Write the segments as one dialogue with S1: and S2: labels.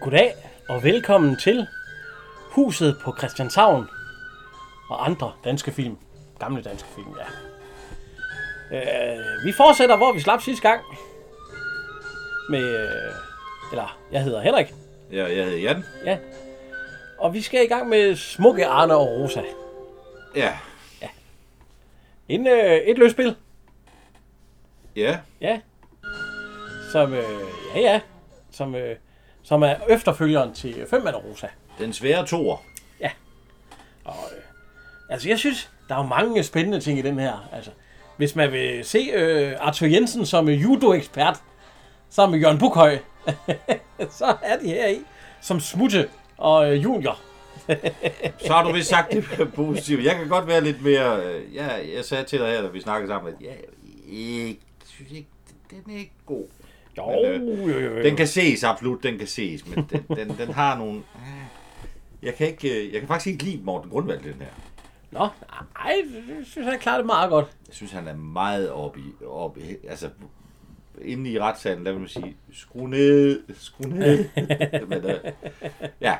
S1: Goddag og velkommen til Huset på Christianshavn og andre danske film. Gamle danske film, ja. Øh, vi fortsætter, hvor vi slap sidste gang. Med, øh, eller jeg hedder Henrik,
S2: Ja, jeg hedder Jan.
S1: ja. Og vi skal i gang med Smukke Arne og Rosa.
S2: Ja.
S1: En, øh, et løsspil,
S2: Ja.
S1: ja. Som, øh, ja ja, som, øh, som er efterfølgeren til Fem Mand og Rosa.
S2: Den svære toer.
S1: Altså, jeg synes, der er jo mange spændende ting i den her. Altså, hvis man vil se øh, Arthur Jensen som øh, judo-ekspert, sammen med Jørgen Bukhøj, så er de her i som smutte og øh, junior.
S2: Så har du vist sagt det positivt. Jeg kan godt være lidt mere... øh, Ja, jeg sagde til dig her, da vi snakkede sammen, at ja, jeg synes ikke, den er ikke god.
S1: Jo,
S2: Men, øh,
S1: jo, jo, jo.
S2: Den kan ses, absolut, den kan ses, men den, den, den har nogle... ah, Jeg kan, ikke, øh, jeg kan faktisk ikke lide Morten Grundvald, den her.
S1: Nå, nej, jeg synes, han klarer det meget godt.
S2: Jeg synes, han er meget oppe i... Op i altså, inde i retssalen, der vil man sige, skru ned, skru ned. men, øh, ja,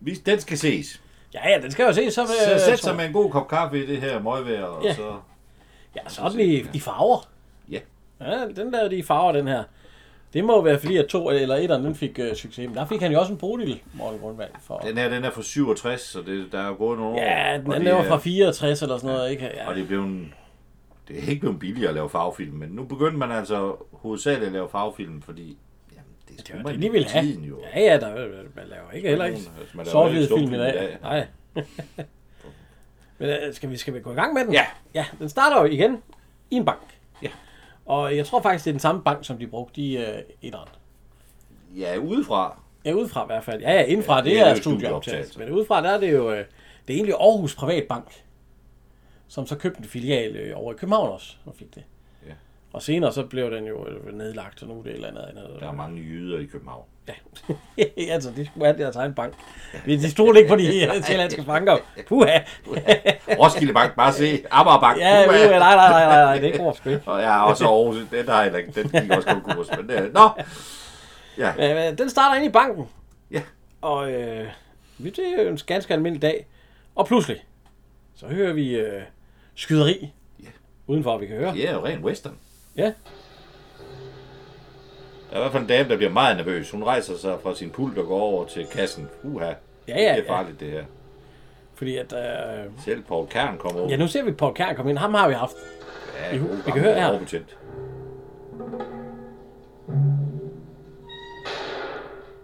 S2: Vi, den skal ses.
S1: Ja, ja, den skal jo ses som...
S2: Så sæt
S1: som-
S2: sig med en god kop kaffe i det her møgvejr, og
S1: Øh, Ja.
S2: så...
S1: Ja, sådan i, i farver.
S2: Ja.
S1: Ja, den lavede de i farver, den her. Det må være fordi, at to eller etteren, den fik øh, succes. Men der fik han jo også en Bodil, Morten Grundvald. For.
S2: Den her, den er fra 67, så det, der er jo gået nogle år.
S1: Ja, den
S2: og øh,
S1: anden
S2: det
S1: var
S2: er-
S1: fra 64 eller sådan noget, ikke? Ja.
S2: Og det er blevet... Det er ikke blevet billigere at lave farvefilm, men nu begyndte man altså hovedsageligt at lave farvefilm, fordi... Jamen, det
S1: Det
S2: skulle
S1: var
S2: man
S1: det, de ville
S2: i
S1: have.
S2: tiden jo.
S1: Ja, ja, der, man laver ikke heller ikke
S2: nogen- altså, man laver
S1: sort-hvide
S2: ikke
S1: film i dag.
S2: stumfilm i
S1: Ja,
S2: dag.
S1: Nej. Men øh, skal vi, skal vi gå i gang med den?
S2: Ja.
S1: Ja, den starter jo igen i en bank.
S2: Ja.
S1: Og jeg tror faktisk, det er den samme bank, som de brugte i øh, etteren.
S2: Ja, udefra.
S1: Ja, udefra i hvert fald. Ja, ja, indefra, det,
S2: det
S1: det
S2: er
S1: er, er
S2: jo
S1: studieoptagelse.
S2: studieoptagelse.
S1: Men udefra, der er det jo, øh, det er egentlig Aarhus Privatbank, som så købte en filial øh, over i København også, og fik det.
S2: Ja.
S1: Og senere så blev den jo øh, nedlagt, og nu er det et eller andet andet.
S2: Der er mange jyder i København.
S1: Ja, altså, de skulle have deres egen bank. De stolede ikke på de øh, sjællandske banker. Puha.
S2: Roskilde Bank, bare se. Amagerbank.
S1: Ja,
S2: uha.
S1: uha, nej, nej, nej, nej, nej, det går sgu ikke.
S2: Og ja, og så Aarhus, den har heller ikke, den gik også konkurs, men det er... Nå! Ja,
S1: Men, øh, Den starter inde i banken,
S2: ja.
S1: og øh, det er jo en ganske almindelig dag. Og pludselig, så hører vi øh, skyderi
S2: Ja.
S1: udenfor, vi kan høre.
S2: Ja, jo ren western.
S1: Ja,
S2: Der er i hvert fald en dame, der bliver meget nervøs. Hun rejser sig fra sin pult og går over til kassen. Uha, ja,
S1: ja,
S2: det
S1: ja.
S2: er farligt det her.
S1: fordi at... Øh,
S2: Selv Paul Kern kommer over.
S1: ja, nu ser vi Paul Kjær komme ind. Ham har vi haft.
S2: ja,
S1: vi-
S2: god
S1: vi kan
S2: gammel
S1: høre her.
S2: overbetjent.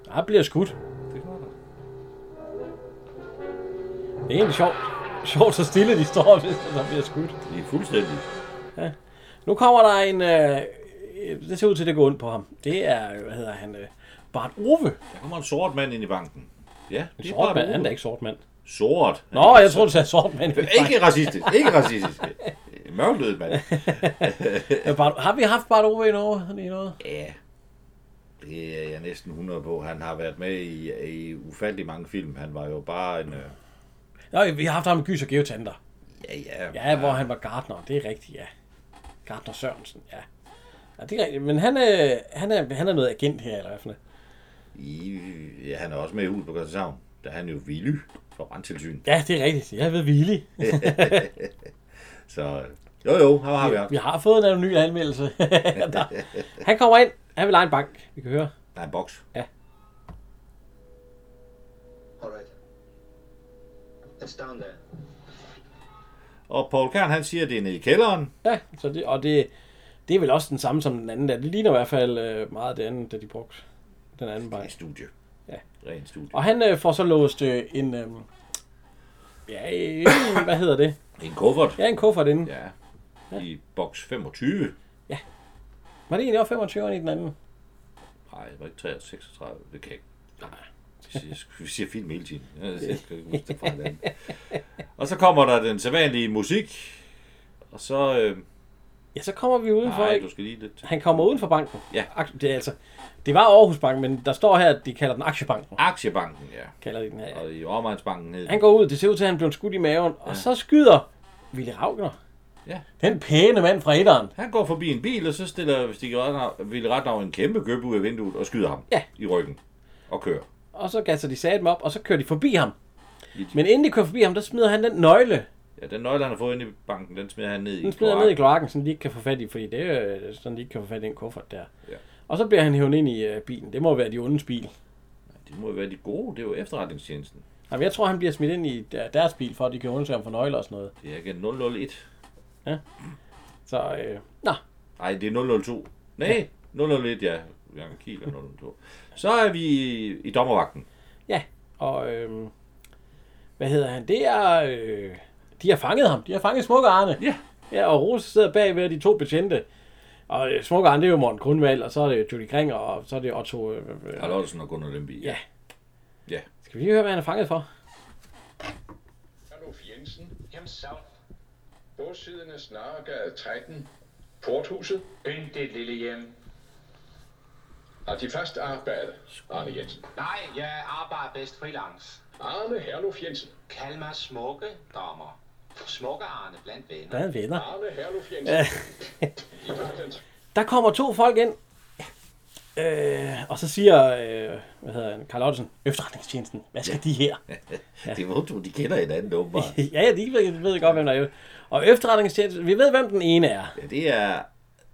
S1: Han bliver skudt.
S2: Det er godt.
S1: Det er egentlig sjovt. Sjovt så stille de står, hvis der bliver skudt.
S2: Det er fuldstændig.
S1: Nu kommer der en... Øh, øh, det ser ud til, at det går ondt på ham. Det er, øh, hvad hedder han, øh, Bart Ove.
S2: Der kommer en sort mand ind i banken. Ja, det er
S1: Sort
S2: bare
S1: mand, han er da
S2: Ove.
S1: ikke sort mand.
S2: Sort.
S1: Nå, jeg tror du sagde sort mand.
S2: Ikke racistisk, ikke racistisk. Mørklødet mand.
S1: Øh, Bart, har vi haft Bart Ove i noget? I noget?
S2: Ja, det er jeg næsten 100 på. Han har været med i, i ufattelig mange film. Han var jo bare en... øh,
S1: Nå, vi har haft ham i Gys og Geotanter.
S2: Ja, ja.
S1: Ja, ja, hvor han var gartner. Det er rigtigt, ja. Gartner Sørensen, ja. Ja, det er rigtigt. Men han, øh, han, er, han er noget agent her, eller hvad for noget.
S2: I, ja, han er også med i Hus på Christianshavn. Der er han jo Villy fra Brandtilsyn.
S1: Ja, det er rigtigt. Jeg ved Willy.
S2: Så øh, jo jo, her har vi ham.
S1: Vi har fået en anonym anmeldelse. Der. han kommer ind. Han vil eje en bank. Vi kan høre.
S2: Der er en boks.
S3: All right. It's down there.
S2: Og Paul Kern, han siger, at det er nede i kælderen.
S1: Ja, så det, og det, det er vel også den samme som den anden der. Det ligner i hvert fald øh, meget af det andet, da de brugte den anden
S2: Det er
S1: bank.
S2: et studie.
S1: Ja.
S2: Ren studie.
S1: Og han øh, får så låst øh, en... Øh, ja, en, hvad hedder det?
S2: En kuffert.
S1: Ja, en kuffert inde. Ja.
S2: Ja. I boks 25.
S1: Var det egentlig også 25 i den anden?
S2: Nej, det var ikke 33, 36. Det kan jeg ikke.
S1: Nej.
S2: Vi siger- Vi siger film hele tiden. Ja, Jeg skal ikke huske det fra hinanden. Og så kommer der den sædvanlige musik. Og så... Øh,
S1: Ja, så kommer vi udenfor.
S2: nej,
S1: Nej,
S2: du skal lige lidt.
S1: Han kommer uden for banken.
S2: Ja.
S1: Ak- Det, er altså, det var Aarhus Bank, men der står her, at de kalder den Aktiebanken.
S2: Aktiebanken, ja.
S1: Kalder de den her. ja.
S2: Og i Overmejnsbanken hed
S1: Han går ud, det ser ud til, at han blev skudt i maven, og så skyder Ville Ravner.
S2: Ja.
S1: Den pæne mand fra etteren.
S2: Han går forbi en bil, og så stiller Stig Retnav en kæmpe køb ud af vinduet og skyder ham
S1: Ja.
S2: i ryggen. Og og kører.
S1: Og så gasser de satme op, og så kører de forbi ham.
S2: I de-
S1: Men inden de kører forbi ham, der smider han den nøgle,
S2: Ja, den nøgle, han har fået ind i banken, den smider han ned i.
S1: den smider ned i kloakken, så de ikke kan få fat i, fordi det er jo øh, sådan, de ikke kan få fat i den kuffert der.
S2: Ja.
S1: Og så bliver han hævet ind i øh, bilen. Det må være de ondes bil.
S2: Det må jo være de gode, det er jo efterretningstjenesten.
S1: Jamen, jeg tror, han bliver smidt ind i der- deres bil, for at de kan undersøge ham for nøgler og sådan noget.
S2: Det er ikke 001.
S1: Så, øh, nå,
S2: Nej, det er 002. Nej, 001, ja. Jan Kiel er 002. Så er vi i, i dommervagten.
S1: ja. Og, øh, hvad hedder han? Det er, øh, de har fanget ham. De har fanget Smukke Arne.
S2: Ja.
S1: Ja, og Rose sidder bagved de to betjente. Og øh, Smukke Arne, det er jo Morten Grundvald, og så er det jo Judy Kringer, og så er det Otto... Øh, øh, øh.
S2: Carl Ottesen og Gunnar Lemby.
S1: Ja.
S2: Ja.
S1: Skal vi lige høre, hvad han er fanget for?
S4: Adolf Jensen himself. Bordsiden af Snaregade 13, Porthuset.
S3: Pynt dit lille hjem.
S4: Har de fast arbejde, Arne Jensen.
S3: Nej, jeg arbejder bedst freelance.
S4: Arne Herluf Jensen.
S3: Kald mig smukke, dommer. Smukke Arne blandt venner.
S1: Der er venner.
S4: Arne Herluf Jensen. I Vejlens.
S1: Der kommer to folk ind, øh, og så siger, øh, hvad hedder han, Carl Ottesen, efterretningstjenesten, hvad skal de her?
S2: Det må du, de kender hinanden åbenbart.
S1: ja, ja, de ved, ved godt, hvem der er. Og efterretningstjenesten, vi ved, hvem den ene er.
S2: Ja, det er,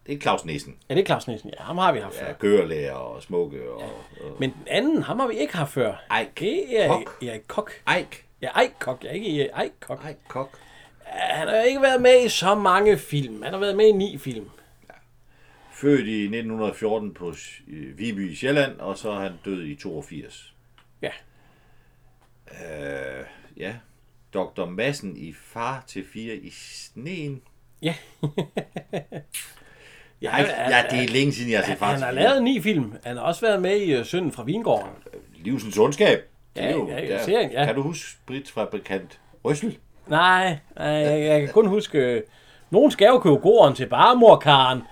S2: det er Claus Nissen.
S1: Ja, det er Claus Nielsen. Ja, ham har vi haft før.
S2: Ja, kørelærer og smukke og... og
S1: Men den anden, ham har vi ikke haft før.
S2: Eik.
S1: Det er
S2: Kok.
S1: Erik Kok.
S2: Eik.
S1: Ja, Eik Kok. Ja, ikke Erik Kok.
S2: Eik Kok.
S1: Han har ikke været med i så mange film. Han har været med i ni film.
S2: Født i 1914 på Sj- øh, Viby i Sjælland, og så er han død i 82.
S1: Ja.
S2: Øh, ja. Dr. Madsen i Far til Fire i Sneen.
S1: Ja. ja,
S2: Ej,
S1: han-
S2: ja, det er længe siden, jeg har set Far
S1: Han
S2: til
S1: har
S2: Fire.
S1: lavet ni film. Han har også været med i øh, Sønden fra Vingården.
S2: Livsens ondskab. Det er
S1: Ja,
S2: jo,
S1: ja,
S2: der-
S1: serien, ja.
S2: Kan du huske spritfabrikant Røssel?
S1: Nej, nej, jeg, jeg kan kun huske... øh, Nogen skal jo købe gården til barmorkaren.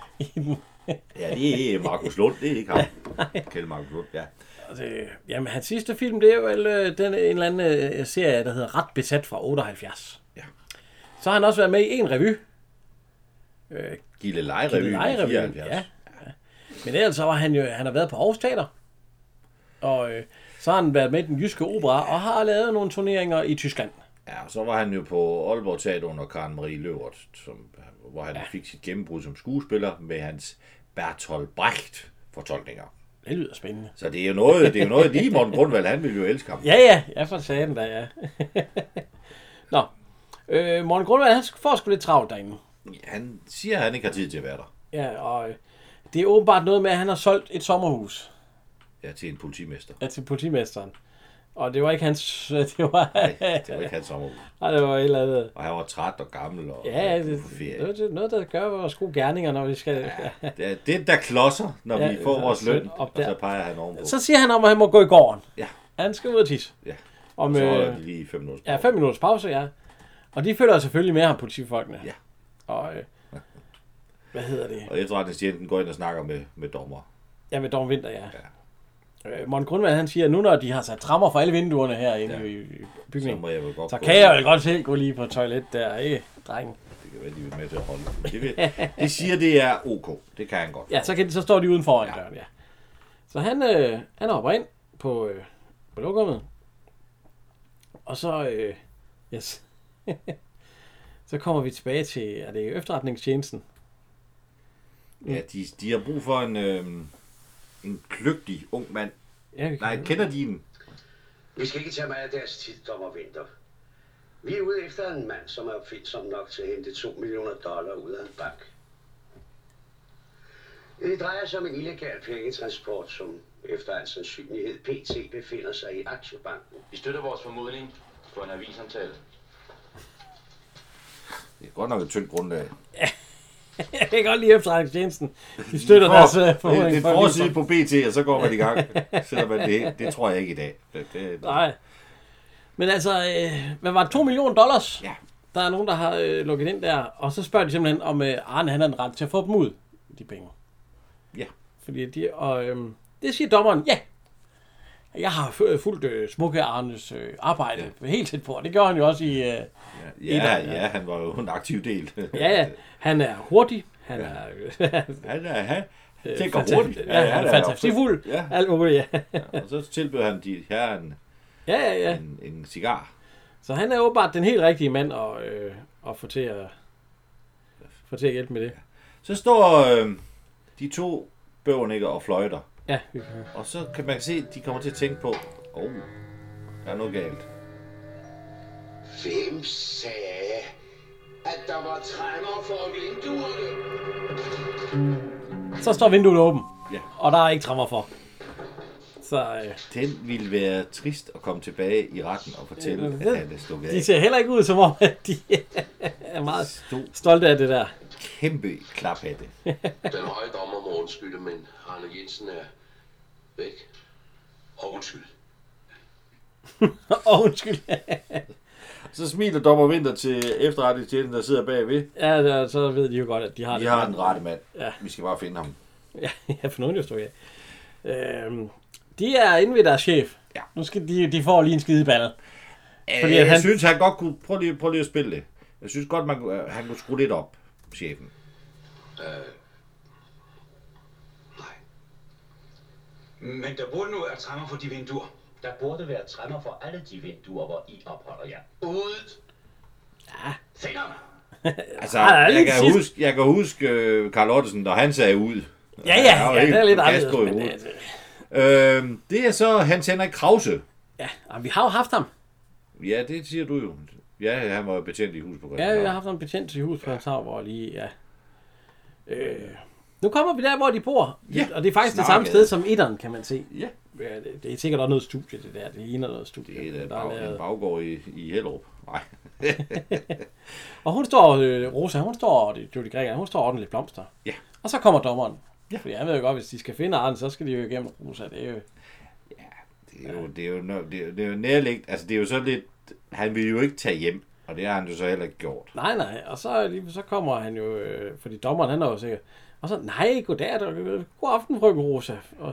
S2: Ja, det er Markus Lund, det er ikke ham. Kjeld Markus Lund, ja.
S1: Altså, øh, Jamen, hans sidste film, det er vel øh, den, en eller anden øh, serie, der hedder Ret Besat fra 78.
S2: Ja.
S1: Så har han også været med i en revy.
S2: Gilde Lejerevyen i
S1: Lejerevyen,
S2: 74.
S1: ja. Men ellers så var han jo, han har været på Aarhus Teater. Og øh, så har han været med i den jyske opera, og har lavet nogle turneringer i Tyskland.
S2: ja. og så var han jo på Aalborg Teater under Karen Marie Løvert, som, hvor han ja. fik sit gennembrud som skuespiller med hans Bertolt Brecht fortolkninger.
S1: Det lyder spændende.
S2: Så det er jo noget, det er jo noget lige Morten Grundvald, han ville jo elske ham.
S1: Ja, ja, jeg får sagen der, ja. Nå, øh, Morten Grundvald, han får sgu lidt travlt derinde.
S2: Han siger, at han ikke har tid til at være der.
S1: Ja, og øh, det er åbenbart noget med, at han har solgt et sommerhus
S2: Ja, til en politimester.
S1: ja, til politimesteren. Og det var ikke hans... Det var,
S2: Nej, det var ikke hans sommerhus.
S1: Nej, det var et eller andet...
S2: Og han var træt og gammel og
S1: Ja,
S2: og
S1: det,
S2: på
S1: det,
S2: ferie.
S1: noget- det er noget, der gør vores gode gerninger, når vi skal... Ja.
S2: Det er det, der klodser, når
S1: Ja,
S2: ja, vi får
S1: ja,
S2: vores
S1: søn
S2: løn,
S1: op
S2: og
S1: der.
S2: så peger han ovenpå.
S1: Så siger han om, at han må gå i gården.
S2: Ja,
S1: Han skal ud og tisse.
S2: ja.
S1: Om,
S2: Så er det
S1: øh,
S2: lige fem minutter.
S1: ja, fem minutters pause, ja. Og de følger selvfølgelig med ham, politifolkene.
S2: Ja.
S1: Og, øh, hvad hedder det?
S2: Og efterretningstjenesten går ind og snakker med, med dommer.
S1: Ja, med Dorm Vinter, ja. ja. Øh, Morten Grundvald, han siger, at nu når de har sat trammer for alle vinduerne herinde ja.
S2: Ja.
S1: i, i
S2: Så
S1: bygningen,
S2: må jeg vel godt
S1: så
S2: gå
S1: kan
S2: ind.
S1: jeg vel godt selv gå lige på toilet der, ikke, drengen?
S2: Det kan være, de vil med til at holde. Det, vil, det siger, det er ok. Det kan han godt.
S1: Ja, så, kan de, så står de uden foran ja. døren, ja. Så han, øh, han hopper ind på, øh, på lokummet. Og så, øh, yes. så kommer vi tilbage til, er det efterretningstjenesten?
S2: Ja, de, de har brug for en, øh, en kløgtig ung mand.
S1: Ja, vi kan-
S2: Nej, kender de en?
S5: Vi skal ikke tage meget af deres tid, dommer Vinter. Vi er ude efter en mand, som er opfindsom nok til at hente 2 millioner dollar ud af en bank. Det drejer sig om en illegal pengetransport, som efter al sandsynlighed PT befinder sig i aktiebanken.
S6: Vi støtter vores formodning på en avisomtale.
S2: Det er godt nok et tyndt grundlag.
S1: jeg kan godt lide efterretningstjenesten. De støtter deres
S2: Åh,
S1: øh,
S2: det, det er
S1: formodning.
S2: en forside på BT, og så går man i gang. Selvom man det, det tror jeg ikke i dag. Det, det,
S1: Nej. Men altså, øh, hvad var det? 2 millioner dollars?
S2: Ja.
S1: Der er nogen, der har øh, lukket ind der, og så spørger de simpelthen, om øh, Arne han er den ret til at få dem ud, de penge.
S2: Ja.
S1: Fordi de, og øh, det siger dommeren, ja. Jeg har fu- fulgt øh, smukke Arnes øh, arbejde ja. helt tæt på, og det gjorde han jo også i... Øh,
S2: Ja, ja, han var jo en aktiv del.
S1: ja, ja, han er hurtig, Han er,
S2: Han er, han,
S1: øh,
S2: det går
S1: fanta-
S2: hurtigt.
S1: Ja, han er fantasifuld.
S2: Ja,
S1: Alt muligt, ja.
S2: og så tilbød han de her en,
S1: ja, ja, ja.
S2: en, en cigar.
S1: Så han er åbenbart den helt rigtige mand at, øh, at få til at, få til at hjælpe med det.
S2: Så står øh, de to bøvernikker og fløjter.
S1: Ja, vi kan høre.
S2: Og så kan man se, at de kommer til at tænke på, åh, oh, der er noget galt.
S5: Hvem sagde, at der var trænger for vinduerne?
S1: så står vinduet åbent.
S2: Ja.
S1: Og der er ikke trammer for. Så øh,
S2: Den ville være trist at komme tilbage i retten og fortælle,
S1: Ja, men
S2: at
S1: det-
S2: han er stukket
S1: de
S2: af.
S1: ser heller ikke ud som om, at de er meget
S2: Stor,
S1: stolte af det der.
S2: kæmpe klaphatte.
S4: Den høje dommer må undskylde, men Arne Jensen er væk. Og undskyld.
S1: Åh, undskyld.
S2: Så smiler dommer Vinter til efterretningstjenesten, der sidder bagved.
S1: Ja, så- så ved de jo godt, at de har
S2: Vi
S1: det.
S2: har en rette mand.
S1: Ja.
S2: Vi skal bare finde ham.
S1: Ja, ja for nogen jo stod jeg. Øhm, de er inde ved deres chef.
S2: Ja.
S1: Nu skal de, de får lige en skideballe.
S2: Fordi
S1: Fordi
S2: jeg
S1: at
S2: han...
S1: han-
S2: synes, han godt kunne... Prøv lige, prøv lige at spille det. Jeg synes godt, man kunne, han kunne skrue lidt op, chefen.
S7: Men der burde nu være træmmer for de vinduer.
S3: Der burde være træmmer for alle de vinduer, hvor I opholder jer.
S4: Udet.
S3: Fingrene!
S2: Altså,
S1: der er
S2: jeg,
S1: lidt
S2: kan
S1: sidst.
S2: huske, jeg kan huske øh, Carl Ottesen, når han sagde ud.
S1: Ja, ja,
S2: Han var
S1: ja,
S2: helt
S1: det er lidt
S2: gast
S1: anderledes.
S2: på i
S1: Men,
S2: hovedet.
S1: altså,
S2: Øhm, det er så Hans Henrik Krause.
S1: ja, og vi har jo haft ham.
S2: Ja, det siger du jo. Ja, han var jo betjent i hus på
S1: Ja, jeg har
S2: Christianshavn.
S1: haft en betjent til hus på ja. hvor lige, ja. Øh, nu kommer vi der, hvor de bor.
S2: Ja,
S1: og det er faktisk det
S2: snarere.
S1: samme sted som etteren, kan man se.
S2: Ja.
S1: Ja, det, det er sikkert også noget studie, det der. Det ligner noget studie.
S2: Det er da
S1: der
S2: en, bag, en
S1: lavet.
S2: baggård i, i Hellerup. Nej.
S1: Og hun står, øh, Rosa, hun står, og det er Judy Greger, hun står og ordentligt blomster.
S2: Ja.
S1: Og så kommer dommeren.
S2: Ja.
S1: Ja. Fordi han ved jo godt, hvis de skal finde Arne, så skal de jo igennem Rosa. Det er jo...
S2: Det er jo, det er jo, nø- det er, det er jo nærligt. Altså, det er jo så lidt... Han ville jo ikke tage hjem, og det har han jo så heller ikke gjort.
S1: Nej, nej. Og så, lige, så kommer han jo, øh, fordi dommeren han er jo sikkert. Og så, nej, goddag, der, god aften, frøken Rosa. Og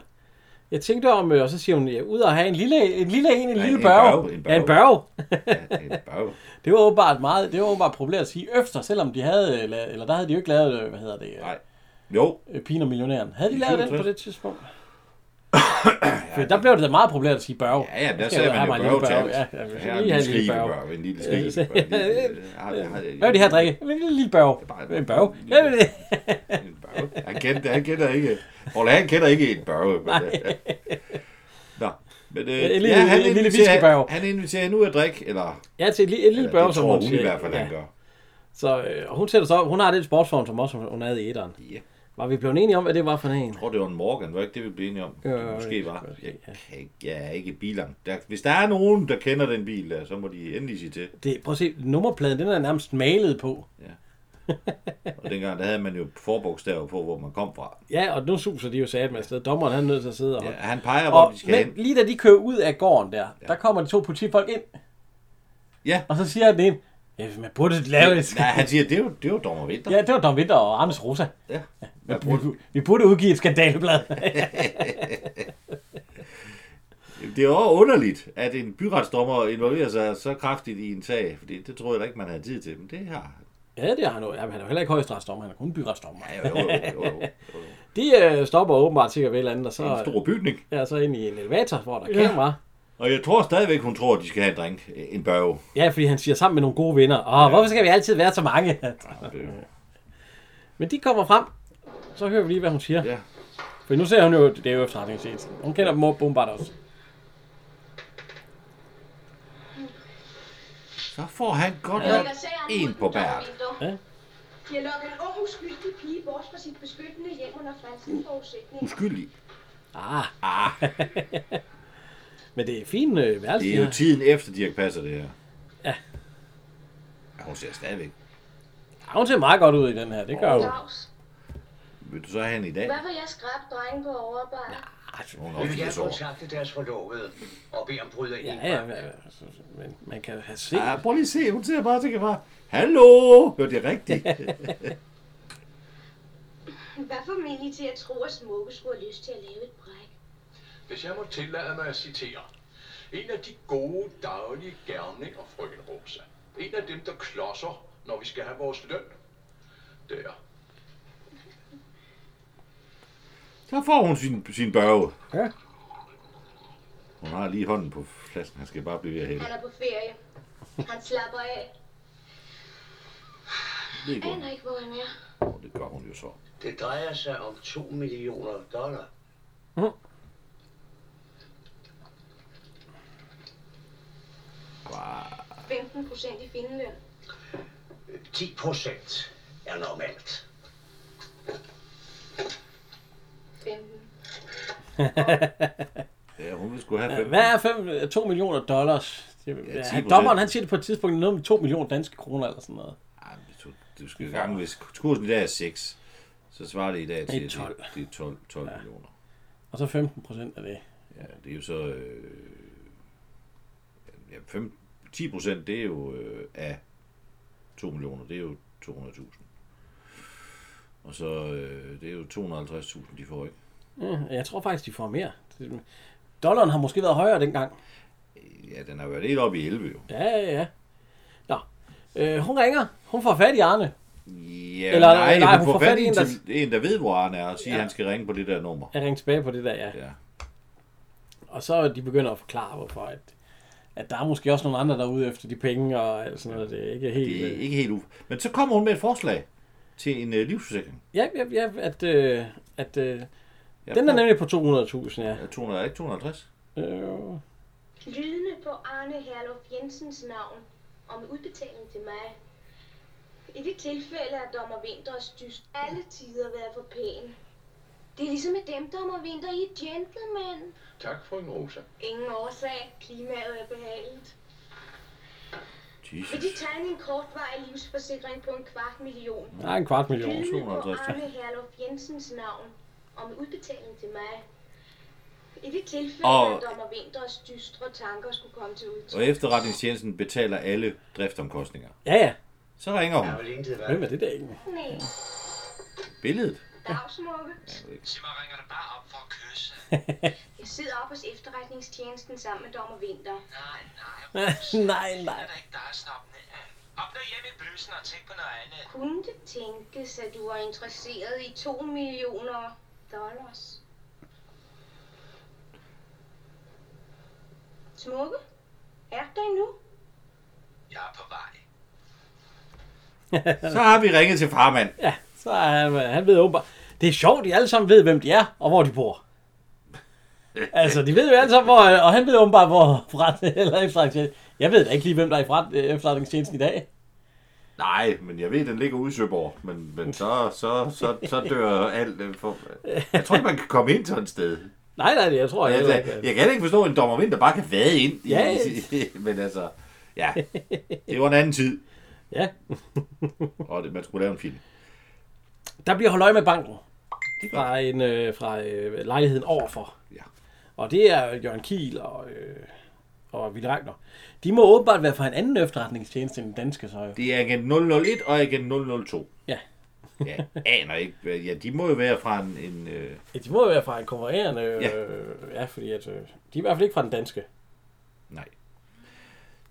S1: jeg tænkte om, øh, og så siger hun, ja, ud og have en lille en, lille en, en
S2: Nej,
S1: lille
S2: en
S1: børge.
S2: børge, en
S1: Ja, en
S2: børge.
S1: børge.
S2: Ja, det er bare jo-
S1: Det var åbenbart meget, det var åbenbart et problem at sige efter, selvom de havde, øh, la- eller der havde de jo ikke lavet, øh, hvad hedder det,
S2: Nej. Jo,
S1: øh, Pigen og Millionæren. Havde de
S2: I
S1: lavet den
S2: 67?
S1: på det tidspunkt? For der blev det da meget problemet at sige børge.
S2: ja, ja,
S1: Nu
S2: der
S1: skal jeg
S2: sagde man
S1: have
S2: jo
S1: mig en lille børge.
S2: børge til alt.
S1: Ja, ja, vi skal
S2: Her er
S1: lige have en lille børge.
S2: en lille skrivebørge, en lille
S1: Ja, så-
S2: skrivebørge. en lille- har- har-
S1: Hvad vil de her drikke? En lille, lille børge.
S2: bare-
S1: En børge. Ja, men det-
S2: En børge. Han kender, han kender ikke... Ole, han kender ikke en børge. Men, Nej. Nå, men øh,
S1: En lille-
S2: ja, han,
S1: en lille
S2: inviterer,
S1: viskebørge.
S2: han inviterer hende ud at drikke, eller,
S1: Ja, til en lille, en lille
S2: eller
S1: børge,
S2: det
S1: som
S2: tror
S1: hun
S2: hun i
S1: siger.
S2: hvert fald, han
S1: Ja.
S2: gør.
S1: Så, øh, og hun sætter sig op. Hun har den sportsform, som også hun havde i etteren.
S2: Ja.
S1: Var vi blevet enige om, hvad det var for en?
S2: Jeg tror, det var en Morgan, var det ikke det, vi blev enige om?
S1: Jo,
S2: Det
S1: jo,
S2: Måske
S1: det
S2: var.
S1: tror jeg,
S2: Jeg,
S1: ja.
S2: kan ikke, jeg er ikke i bilerne. Der, hvis der er nogen, der kender den bil der, så må de endelig sige til.
S1: Det, prøv at se, nummerpladen, den er nærmest malet på.
S2: Og dengang, der havde man jo forbogstaver på, hvor man kom fra.
S1: Ja, og nu suser de jo sat med afsted. Dommeren han er nødt til at sidde og
S2: Ja,
S1: holde.
S2: han peger, hvor
S1: Og
S2: de skal
S1: men,
S2: hen.
S1: lige da de kører ud af gården der, ja. der kommer de to politifolk ind.
S2: Ja.
S1: Og så siger den ene, "Ja, man burde lave et...
S2: Nej, han siger, det er jo, det er jo dommer Vinter.
S1: Ja, det var Dom Vinter og Arnes Rosa.
S2: ja.
S1: Vi,
S2: Hvad bruger du?
S1: vi, vi burde udgive et skandaleblad.
S2: Det er jo underligt, at en byretsdommer involverer sig så kraftigt i en sag, fordi det troede jeg da ikke, man havde tid til, men det har
S1: ja, det har han jo. Jamen, han er jo heller ikke højesteretsdommer, han er kun byretsdommer.
S2: ja, jo, jo, jo, jo, jo.
S1: De øh, stopper åbenbart sikkert ved et eller andet, og så,
S2: en stor bygning.
S1: ja, så ind i en elevator, hvor der er ja. kamera.
S2: Og jeg tror stadigvæk, hun tror, at de skal have en drink, en børge.
S1: Ja, fordi han siger sammen med nogle gode venner. Åh, ja. hvorfor skal vi altid være så mange? Men de kommer frem, så hører vi lige, hvad hun siger.
S2: Ja.
S1: For nu ser hun jo, det er jo efterretningstjenesten. Hun kender dem åbenbart også.
S2: Så får han godt
S8: Jeg
S2: nok
S8: lægger sagen
S2: en
S8: mod
S2: på
S8: den tomme
S2: bæret.
S8: vinter.
S1: Ja.
S8: De har lukket en ung uskyldig pige bort fra sit beskyttende hjem under falske forudsætninger.
S2: Uskyldig.
S1: Ah,
S2: Ah,
S1: men det er fint øh, værelse,
S2: det
S1: de
S2: er jo
S1: har.
S2: tiden efter, Dirk passer det her.
S1: Ja.
S2: ja hun ser stadigvæk.
S1: Ja, Ah, hun ser meget godt ud i den her, det gør hun.
S8: Dags.
S2: Vil du så have hende i dag?
S8: Hvad vil jeg skræbe drenge på overarbejde?
S1: Ah,
S2: Hun er
S5: Vi
S2: også
S5: vil
S2: 80
S5: gerne
S2: år.
S5: kontakte deres forlovede og bede om bryder ind.
S1: Ja, ja, ja, men man kan jo have set.
S2: Ja, Ah, prøv lige at se. Hun ser bare og tænker bare, Hallo! Hørte det rigtigt?
S8: Hvad får mig egentlig til at tro, at Smukke skulle have lyst til at lave et bræk?
S4: Hvis jeg må tillade mig at citere. En af de gode daglige gerninger, frøken Rosa. En af dem, der klodser, når vi skal have vores løn. Der.
S2: Så får hun sin, sin børge.
S1: Ja.
S2: Hun har lige hånden på flasken. Han skal bare blive ved at hælde.
S8: Han er på ferie. Han slapper af.
S2: Det gør hun.
S8: Aner ikke, hvor han er.
S2: Og det gør hun jo så.
S5: Det drejer sig om 2 millioner dollar.
S2: Wow.
S8: 15 procent i Finland.
S5: 10 procent er normalt.
S8: 15.
S2: Ja, hun vil skulle have fem.
S1: Hvad er 5, 2 millioner dollars? Det,
S2: Ja,
S1: ja,
S2: 10%.
S1: dommeren han siger det på et tidspunkt noget med 2 millioner danske kroner eller sådan noget.
S2: Ej, men du, du skal i gang. Hvis kursen i dag er 6, så svarer det i dag til, at
S1: 12.
S2: Det, det er 12, 12 ja. millioner.
S1: Og så 15 procent af det.
S2: Ja, det er jo så... Øh, ja, 5, 10 procent, det er jo øh, af 2 millioner, det er jo 200.000. Og så, øh, det er jo 250.000, de får, ikke?
S1: Mm, jeg tror faktisk, de får mere. Det- Dollaren har måske været højere dengang.
S2: Ja, den har været helt oppe i 11, jo.
S1: Ja, ja, ja. Nå. Øh, hun ringer. Hun får fat i Arne.
S2: Ja,
S1: Eller-
S2: nej,
S1: nej,
S2: hun får fat i en, der... en, der ved, hvor Arne er, og siger,
S1: Ja.
S2: ja. at han skal ringe på det der nummer.
S1: Jeg ringer tilbage på det der, ja.
S2: Ja.
S1: Og så er de begynder at forklare, hvorfor at, at der er måske også nogle andre, der er ude efter de penge og alt sådan noget. Det er ikke helt...
S2: Det er
S1: øh,
S2: ikke helt u... Men så kommer hun med et forslag til en øh, livsforsikring.
S1: Ja, ja, ja, at... Øh, at øh,
S2: Ja,
S1: den er
S2: på-
S1: nemlig på 200.000, ja.
S2: Ja, 200, er det ikke 250?
S1: Øh,
S8: Lydene på Arne Herluf Jensens navn om udbetaling til mig. I det tilfælde er dommer Vinters dyst alle tider været for pæn. Det er ligesom med dem, dommer Vinter, I er gentleman.
S4: Tak for en rosa.
S8: Ingen årsag. Klimaet er behageligt. Vil de
S2: Jesus.
S8: tegne en kortvarig livsforsikring på en kvart million?
S1: der er en kvart million.
S8: Lydene på
S2: 250.
S8: Arne Herluf Jensens navn om udbetaling til mig. I det tilfælde,
S2: Og-
S8: at dommer Vinters dystre tanker skulle komme til udtryk.
S2: Og efterretningstjenesten betaler alle driftsomkostninger.
S1: Ja, ja.
S2: Så ringer
S5: Der er
S2: hun.
S5: vel intet
S1: Hvem er
S5: værd.
S1: det der egentlig?
S8: Nej,
S2: Billedet.
S8: dagsmukke.
S4: Sig mig, ringer du bare op for at kysse?
S8: Jeg sidder op hos efterretningstjenesten sammen med dommer Vinter.
S4: Nej, nej,
S1: nej, nej.
S4: Det er da ikke dig, snobbende. Op der hjemme i bøsen og tænk på noget andet.
S8: Kunne det tænkes, at du er interesseret i 2 millioner dollars? Smukke? Er der endnu?
S4: Jeg er på vej.
S2: Så har vi ringet til farmand.
S1: Ja, så er han, han ved åbenbart... Det er sjovt, de alle sammen ved, hvem de er, og hvor de bor. altså, de ved jo alle sammen, hvor... Og han ved åbenbart, hvor frat eller efterretningstjenesten... Jeg ved da ikke lige, hvem der er i frat efterretningstjenesten i dag.
S2: Nej, men jeg ved, den ligger ude i Søborg. Men, men så, så, så, så dør alt. øh, For... Jeg tror ikke, man kan komme ind sådan et sted.
S1: Nej, nej, det- jeg tror
S2: Og
S1: jeg
S2: jeg,
S1: heller ikke. øh,
S2: jeg,
S1: at-
S2: jeg kan heller ikke forstå en dommervind, der bare kan vade ind. I,
S1: Ja, ja.
S2: men altså, ja. Det var en anden tid.
S1: Ja,
S2: Og det, man skulle lave en film.
S1: der bliver holdt øje med banken.
S2: Det gør
S1: Fra, en, øh, fra øh, lejligheden overfor.
S2: Ja.
S1: Og det er Jørgen Kiel og, øh, og Ville Ragnar. De må åbenbart være fra en anden efterretningstjeneste end den danske, så øh. jo.
S2: Det er agent 001 og agent 002.
S1: Ja.
S2: Jeg aner ikke. hvad- Ja, de må jo være fra en... en øh,
S1: Ja, de må jo være fra en konkurrerende... Øh,
S2: Ja.
S1: ja. ja, fordi at, øh, de er i hvert fald ikke fra den danske.
S2: nej.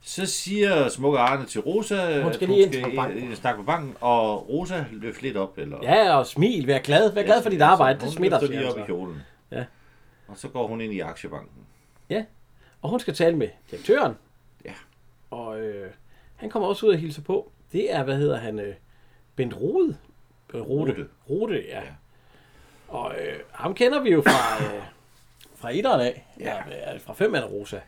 S2: Så siger Smukke Arne til Rosa,
S1: Hun skal
S2: at
S1: lige ind på banken.
S2: ind, ind og snakke på banken, og Rosa løft lidt op. Eller,
S1: Ja, og smil. Vær glad. Vær glad for dit arbejde. Det smitter
S2: sig.
S1: sig.
S2: lige op i
S1: Altså.
S2: kjolen.
S1: Ja.
S2: Og så går hun ind i aktiebanken.
S1: Og hun skal tale med direktøren.
S2: Ja.
S1: Og øh, han kommer også ud og hilser på. Det er, hvad hedder han? Øh, Bent Rode. Øh, Rode.
S2: Rode.
S1: Rode, ja. ja. Og øh, ham kender vi jo fra, øh, fra etteren af. Ja.
S2: Ja.
S1: Eller, øh, fra fem af Rosa.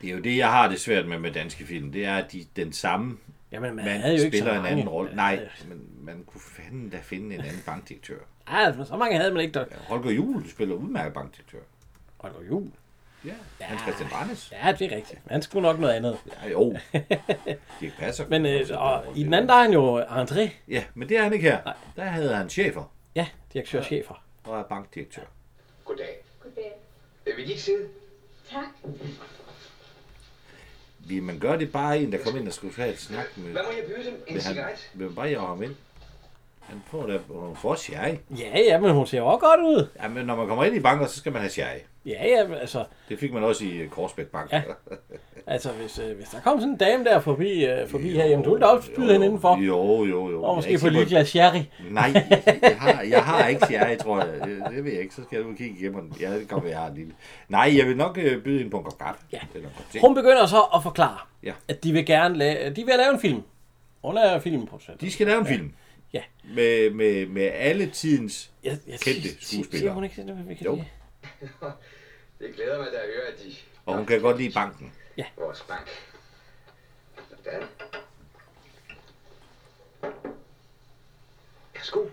S2: Det er jo det, jeg har det svært med med danske film. Det er, at de den samme
S1: Jamen, man, man havde
S2: mand
S1: jo ikke
S2: spiller
S1: så
S2: en
S1: mange.
S2: anden rolle. Nej,
S1: Øh,
S2: men man kunne fanden da finde en anden bankdirektør.
S1: Ej, så mange havde man ikke. Der...
S2: Ja, Holger Juhl spiller udmærket bankdirektør.
S1: Holger Jul.
S2: Ja, Hans Christian Brandes.
S1: Ja, det er rigtigt. Han skulle nok noget andet.
S2: Ja, jo. Det passer.
S1: Men øh,
S2: Også,
S1: og,
S2: det-
S1: i den anden, der er han jo André.
S2: Ja, men det er han ikke her. Der havde han chefer
S1: Ja, direktør chefer.
S2: og er bankdirektør.
S4: Goddag.
S8: Goddag.
S4: Øh, Vil I ikke sidde?
S8: Tak.
S2: Vil man gøre det bare en, der kommer ind og skulle have et snak
S6: Øh,
S2: med...
S4: Hvad må jeg byde dem? En
S2: Vil, han,
S4: cigaret?
S2: vil man bare jage ham ind? Han får da hun får sherry.
S1: Ja, ja, men hun ser jo også godt ud.
S2: Ja, men når man kommer ind i banker, så skal man have sherry.
S1: Ja, ja, men altså,
S2: Det fik man også i øh, Korsbæk Bank.
S1: Ja. Altså, hvis, øh, hvis der kom sådan en dame der forbi, øh, forbi her, jamen du ville da
S2: Jo,
S1: også spille hende indenfor.
S2: Jo, jo, jo. Jeg er
S1: Og måske
S2: ikke
S1: få
S2: sikker
S1: lige et glas sherry.
S2: Nej, jeg har, jeg har ikke sherry, tror jeg. Det, det ved jeg ikke. Så skal jeg ud og kigge igennem. den. Ja, det kommer, jeg har en lille. Nej, jeg vil nok øh, byde en på en kop kaffe.
S1: Ja.
S2: Eller en kop te.
S1: Hun begynder så at forklare,
S2: Ja.
S1: at de vil gerne lave, de vil lave en film. Hun er filmproducent.
S2: De skal lave en film.
S1: Ja.
S2: Med, med, med alle tidens...
S1: Jeg, jeg,
S2: kendte
S1: sig- sig-
S2: skuespillere.
S1: Siger hun ikke sådan, noget, vi kan
S2: Jo.
S1: lide?
S6: Det glæder mig, da jeg hører, at de...
S2: Og hun kan godt lide banken.
S6: Vores bank. Sådan.
S7: Skål.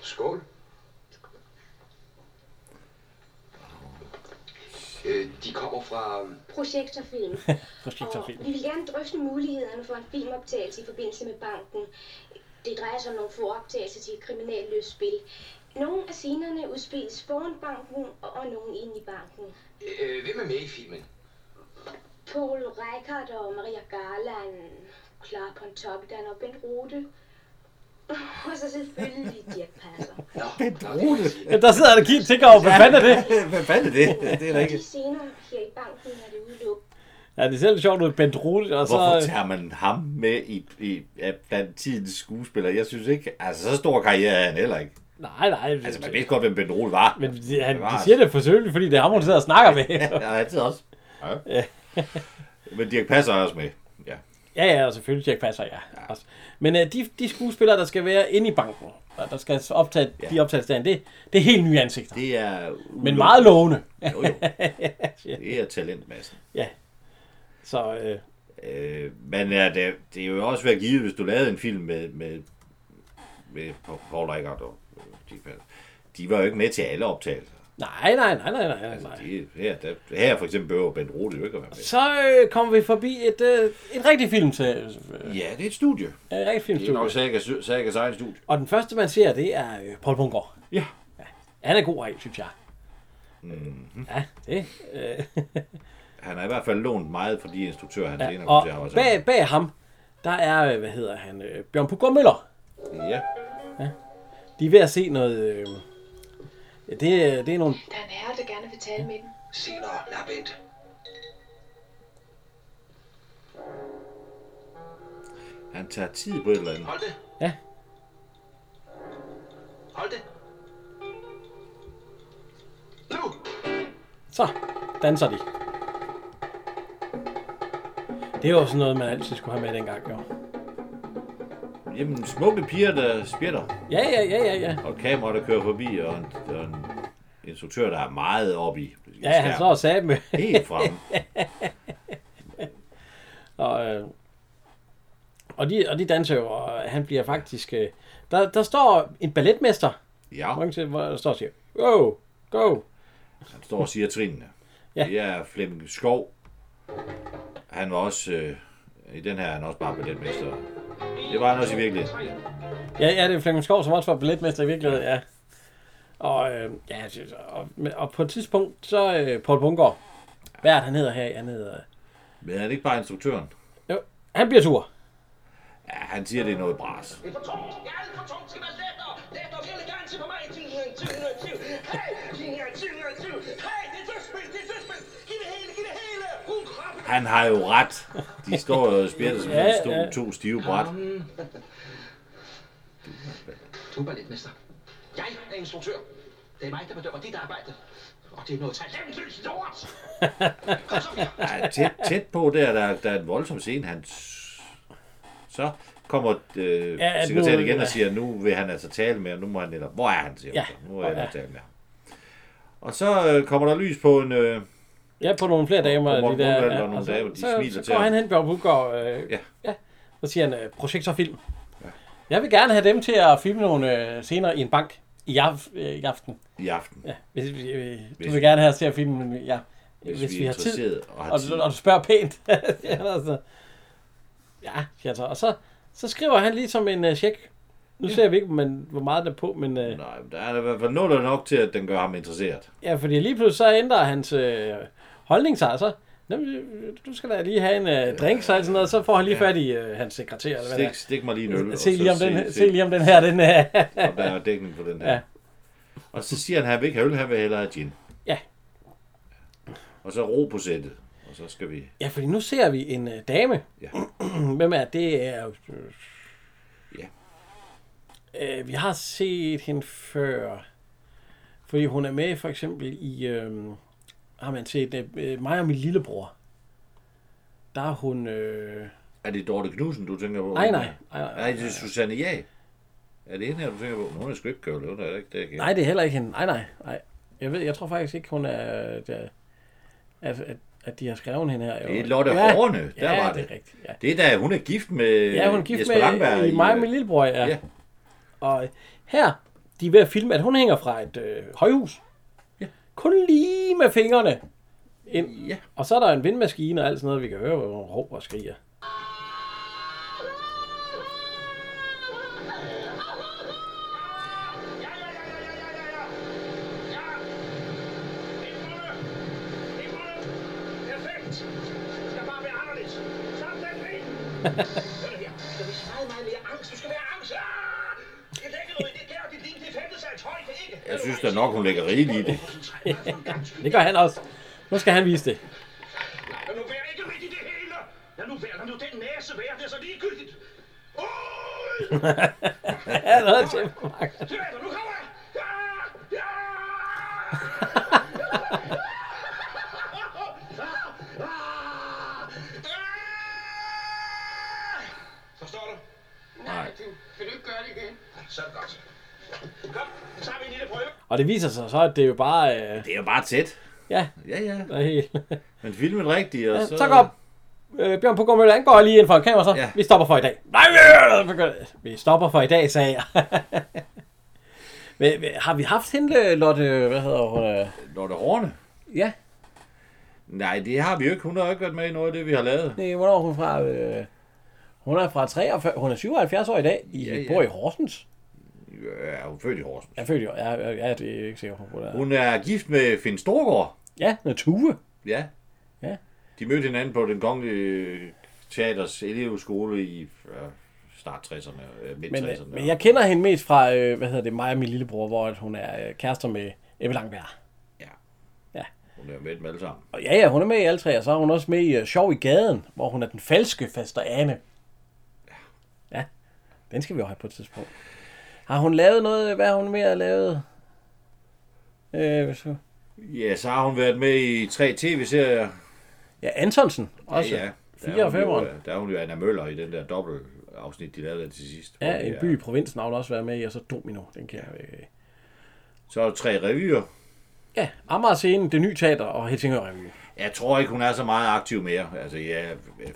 S7: Skål.
S6: Øh, de kommer fra...
S4: øh,
S8: Projekt og film.
S1: Projekt og
S8: Og
S1: film.
S8: vi vil gerne drøfte mulighederne for en filmoptagelse i forbindelse med banken. Det drejer sig om nogle få optagelser til et kriminalløst spil. Nogle af scenerne udspilles foran banken, og nogle inde i banken.
S6: Øh, hvem er med i filmen?
S8: Paul Reichard og Maria Garland, Clara Pontoppidan og Bent Rode. Og så selvfølgelig Dirk Passer.
S6: Nå,
S2: Brug det.
S1: Ja, der sidder han og kigger tænker over, hvad fanden er det?
S2: Hvad fanden er det? Det er da ikke...
S8: De scener her i banken er det udelukket.
S1: Ja, det ser lidt sjovt ud, Bent Rode, og så...
S2: Hvorfor tager man ham med i, i af blandt tidens skuespillere? Jeg synes ikke... Altså, så stor karriere er han heller ikke.
S1: Nej, nej.
S2: Altså, man ved godt, hvem Ben Rol var.
S1: Men de, han, de
S2: Bevares.
S1: siger det forsøgeligt, fordi det er ham, hun sidder og snakker med.
S2: Ja, han sidder også. Ja. Men Dirk Passer er også med. Ja.
S1: Ja, ja, og selvfølgelig Jack Passer, ja. Også. Men uh, de, de skuespillere, der skal være inde i banken, og der skal optage, ja. de optages derinde, det, det er helt nye ansigter.
S2: Det er...
S1: Men meget lovende.
S2: Jo, jo. Det er talentmassen.
S1: Så øh,
S2: Øh, men ja, det, det er jo også været givet, hvis du lavede en film med, med, med Paul Reichert og øh, Dirk Passer. De var jo ikke med til alle optagelser.
S1: nej, nej, nej, nej, nej,
S2: Altså,
S1: nej.
S2: de, her, der, her for eksempel behøver Ben Rode jo ikke at være med.
S1: Så øh, kommer vi forbi et, øh, et rigtigt film til. Øh,
S2: Ja, det er et studie.
S1: et rigtigt
S2: Det er
S1: filmstudie.
S2: nok Sagas, Sagas egen studie.
S1: Og den første, man ser, det er øh, Paul Bungård.
S2: Ja.
S1: Han er god af, synes jeg.
S2: Mhm.
S1: Mm-hmm. Ja, det. Øh,
S2: Han har i hvert fald lånt meget fra de instruktører, han senere kom
S1: og
S2: til at arbejde sammen
S1: bag, bag ham, der er, øh, hvad hedder han, øh, Bjørn Puggaard Møller.
S2: med. Ja.
S1: De er ved at se noget... Øh, ja, det, er- det er nogle...
S8: Der er en herre, der gerne vil tale med dem.
S7: Senere, lad vente.
S2: Han tager tid på et eller andet.
S7: Hold det.
S1: Ja.
S7: Hold det. Nu!
S1: Så danser de. Det er jo sådan noget, man altid skulle have med dengang, jo.
S2: Jamen, smukke piger, der spjætter,
S1: Ja, ja, ja, ja, ja.
S2: og et kamera, der kører forbi, og en, og en instruktør, der er meget oppe i
S1: Ja, han
S2: skærmen.
S1: står og sagde med.
S2: Helt fremme.
S1: Og, øh, og, de, og de danser jo, og han bliver faktisk... Øh, der, der står en balletmester,
S2: Ja,
S1: hvor han siger- hvor der står og siger, go, go.
S2: han står og siger trinene.
S1: Ja.
S2: Ja. Det er Flemming Skov. Han var også, øh, i den her er han også bare balletmester. Det var han også i virkeligheden. Ja.
S1: Ja, ja, det er Flemming Skov, som også var balletmester i virkeligheden, ja. Og, øh, ja, og, og på et tidspunkt, så øh, Paul Bungård, hvad er det, han hedder her? Han hedder...
S2: Men er det ikke bare instruktøren?
S1: Jo, han bliver sur.
S2: Ja, han siger, det er noget bras.
S7: Det er for tungt. Det er alt for tungt. Det skal være lettere. Lettere. Vil gerne se på øh, mig. 1020. Hey! øh, 1020. Hey! Det er dødsspil. Det er dødsspil. Giv det hele. Giv det hele. Hun krabbe.
S2: Han har jo ret. De står og spjætter som
S1: Ja,
S2: ja, stod
S1: ja.
S2: to stive bræt.
S7: Du er balletmester. Jeg er instruktør. Det er mig, der bedømmer dit arbejde. Og det er noget talentløst lort. Kom så, Peter.
S2: Ja, tæt, tæt på der, der, der er en voldsom scene. Han, så kommer øh,
S1: Ja,
S2: ja,
S1: at
S2: sekretæren
S1: nu-
S2: igen og siger, nu vil han altså tale med, og nu må han netop, hvor er han, siger
S1: Ja,
S2: ja, nu er
S1: hvor
S2: han
S1: er
S2: ja. tale med ham. Og så øh, kommer der lys på en... Øh,
S1: Ja, på nogle flere damer.
S2: Og
S1: Og,
S2: Morten
S1: de der,
S2: Grundvald
S1: ja,
S2: og nogle
S1: så,
S2: damer, de
S1: så,
S2: smiler
S1: så
S2: til
S1: går
S2: ham.
S1: han hen, Bjørn Buggaard, øh, ja.
S2: Ja.
S1: ja. Så siger han, øh, projekt og film. Ja. Jeg vil gerne have dem til at filme nogle øh, scener i en bank i, af, øh, i aften.
S2: I aften, ja,
S1: Hvis, vi- øh, du
S2: Hvis
S1: vil
S2: vi-
S1: gerne have os til at filme, ja,
S2: hvis,
S1: hvis, hvis vi, har tid.
S2: interesseret og har
S1: Og,
S2: tid.
S1: du- og du spørger pænt. ja, altså. ja siger så. Og så, så skriver han ligesom en øh, check. Nu ser vi ikke, men, hvor meget der er på, men øh,
S2: Nej, men der er i hvert fald nuller nok til, at den gør ham interesseret.
S1: ja, fordi lige pludselig så ændrer hans øh, holdning sig, og så "Jamen, øh, du skal da lige have en øh, drink, så, alt sådan noget, så får han lige
S2: Ja.
S1: fat i øh, hans sekretær, eller hvad det
S2: Stik,
S1: er.
S2: stik mig lige en øl. og
S1: Se
S2: så
S1: lige, om den,
S2: se-
S1: se lige om den her, den øh, er...
S2: om der er dækning på den her.
S1: Ja.
S2: Ja. Og så siger han, at han vil ikke have øl, han vil hellere have gin.
S1: Ja.
S2: Og så ro på sættet. Og Og så skal vi...
S1: Ja, fordi nu ser vi en øh, dame.
S2: Ja.
S1: Hvem er det? Er, øh,
S2: Ja.
S1: øh, vi har set hende før. Fordi hun er med for eksempel i... Øh, har man set øh, mig og min lillebror. Der er hun... Øh,
S2: Er det Dorte Knudsen, du tænker på?
S1: nej, nej, nej,
S2: Nej,
S1: nej.
S2: det er Susanne Ja. Er det hende her, du tænker på? Men Hun er sgu ikke kølet, der er ikke det, jeg kan.
S1: Nej, det er heller ikke hende. Nej, nej, nej. Jeg ved, jeg tror faktisk ikke, hun er... Der, at, at, at de har skrevet hende her.
S2: Det er Lotte ja. Hårne, der
S1: ja,
S2: var
S1: det
S2: det.
S1: er rigtigt, ja.
S2: Det er da, hun er gift med
S1: Ja, hun er gift
S2: Jesper
S1: med
S2: Langberg
S1: i mig og min lillebror, ja.
S2: Ja.
S1: ja. Og her, de er ved at filme, at hun hænger fra et øh, højhus.
S2: Ja.
S1: Kun lige med fingrene. Ind.
S2: Ja.
S1: Og så er der en vindmaskine og alt sådan noget, vi kan høre, hvor hun råber og skriger.
S2: Jeg synes da nok, hun lægger rigeligt i det.
S1: Det gør han også. Nu skal han vise det.
S7: Lad nu være ikke midt i det hele! Lad nu være, lad nu den næse være, det er så ligegyldigt! Ud!
S1: Ja, det er chef.
S7: Teater, nu kommer jeg! Ja! Ja! Forstår du?
S2: Nej.
S6: Kan du ikke gøre det igen?
S7: Så godt. Kom, så tager vi en lille prøve.
S1: Og det viser sig så, at det er jo bare... Øh,
S2: Det er jo bare tæt.
S1: ja,
S2: Ja, ja.
S1: der er helt...
S2: Men filmen rigtigt, og så...
S1: Så går øh, Bjørn Puggaard Møller, han går lige ind for en kamera, så
S2: Ja.
S1: ja. vi stopper for i dag. Nej, vi- vi gør- vi stopper for i dag, sagde jeg. men, men, har vi haft hende, øh, Lotte, øh, hvad hedder hun? øh?
S2: Lotte Horne.
S1: Ja,
S2: Nej, det har vi jo ikke. Hun har jo ikke været med i noget af det, vi har lavet.
S1: det, hvornår er hun fra? Øh, hun er fra 43, hun er 77 år i dag, i,
S2: Ja,
S1: ja,
S2: ja.
S1: ja. bor i Horsens.
S2: Ja, hun er født i Horsens.
S1: Jeg følte jo, ja, ja, ja, det er ikke sikkert, hun bor der.
S2: Hun er gift med Finn Storgård.
S1: Ja, med Tue.
S2: Ja.
S1: Ja.
S2: De mødte hinanden på den kongelige teaters elevskole i ja, start 60'erne, øh, midt
S1: Men,
S2: 60'erne.
S1: øh, men jeg kender hende mest fra, øh, hvad hedder det, mig og min lillebror, hvor at hun er øh, kærester med Ebbe Langberg.
S2: Hun er med dem alle sammen.
S1: Og ja, ja, hun er med i alle tre, og så er hun også med i uh, Sjov i gaden, hvor hun er den falske faster Ane. Ja, den skal vi jo have på et tidspunkt. Har hun lavet noget? Hvad har hun mere lavet? Øh, hvis du-
S2: Ja, så har hun været med i tre tv-serier.
S1: ja, Antonsen også.
S2: ja.
S1: Fire
S2: Der er
S1: og
S2: hun
S1: femeren.
S2: jo- øh, Der er hun jo Anna Møller i den der dobbelt afsnit, de lavede til sidst.
S1: Ja,
S2: Hvor
S1: en
S2: de
S1: by i
S2: er-
S1: provinsen har hun også været med i, og så Domino, den kan jeg øh.
S2: Så er der tre revyer.
S1: Ja, Amager Scene, Det Nye Teater og Helsingør Revy.
S2: Jeg tror ikke, hun er så meget aktiv mere. Altså, ja,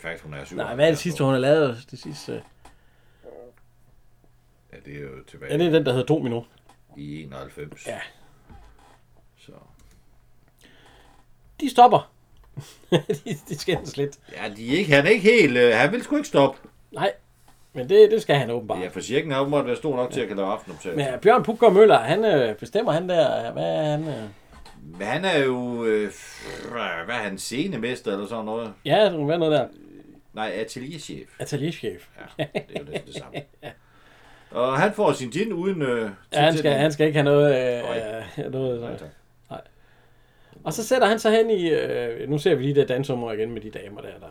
S2: faktisk, hun er syv.
S1: Nej, hvad er det sidste, hun har lavet? Det sidste, øh,
S2: Ja, det er jo tilbage
S1: ja, det er den, der hedder Domino.
S2: i 91.
S1: Ja.
S2: Så.
S1: De stopper. de, de skændes lidt.
S2: Ja, de er ikke, han er ikke helt... Øh, han vil sgu ikke stoppe.
S1: Nej, men det, det skal han åbenbart.
S2: Ja, for cirken har åbenbart været stor nok til at kan lave aftenoptagelse.
S1: Men øh, Bjørn Puggaard Møller, han øh, bestemmer han der, øh, hvad er han? Øh?
S2: Men han er jo... Øh, f- hvad er han? Scenemester eller sådan noget?
S1: Ja, det kunne være noget der.
S2: Nej, atelierchef.
S1: Atelierchef.
S2: Ja, det er jo næsten det samme. Og han får sin gin uden... Øh,
S1: Ja, han skal,
S2: tilsætning.
S1: han skal ikke have noget...
S2: Nej.
S1: Øh, øh, noget
S2: Nej,
S1: sådan.
S2: tak.
S1: og så sætter han sig hen i... Øh, nu ser vi lige det dansummer igen med de damer der. der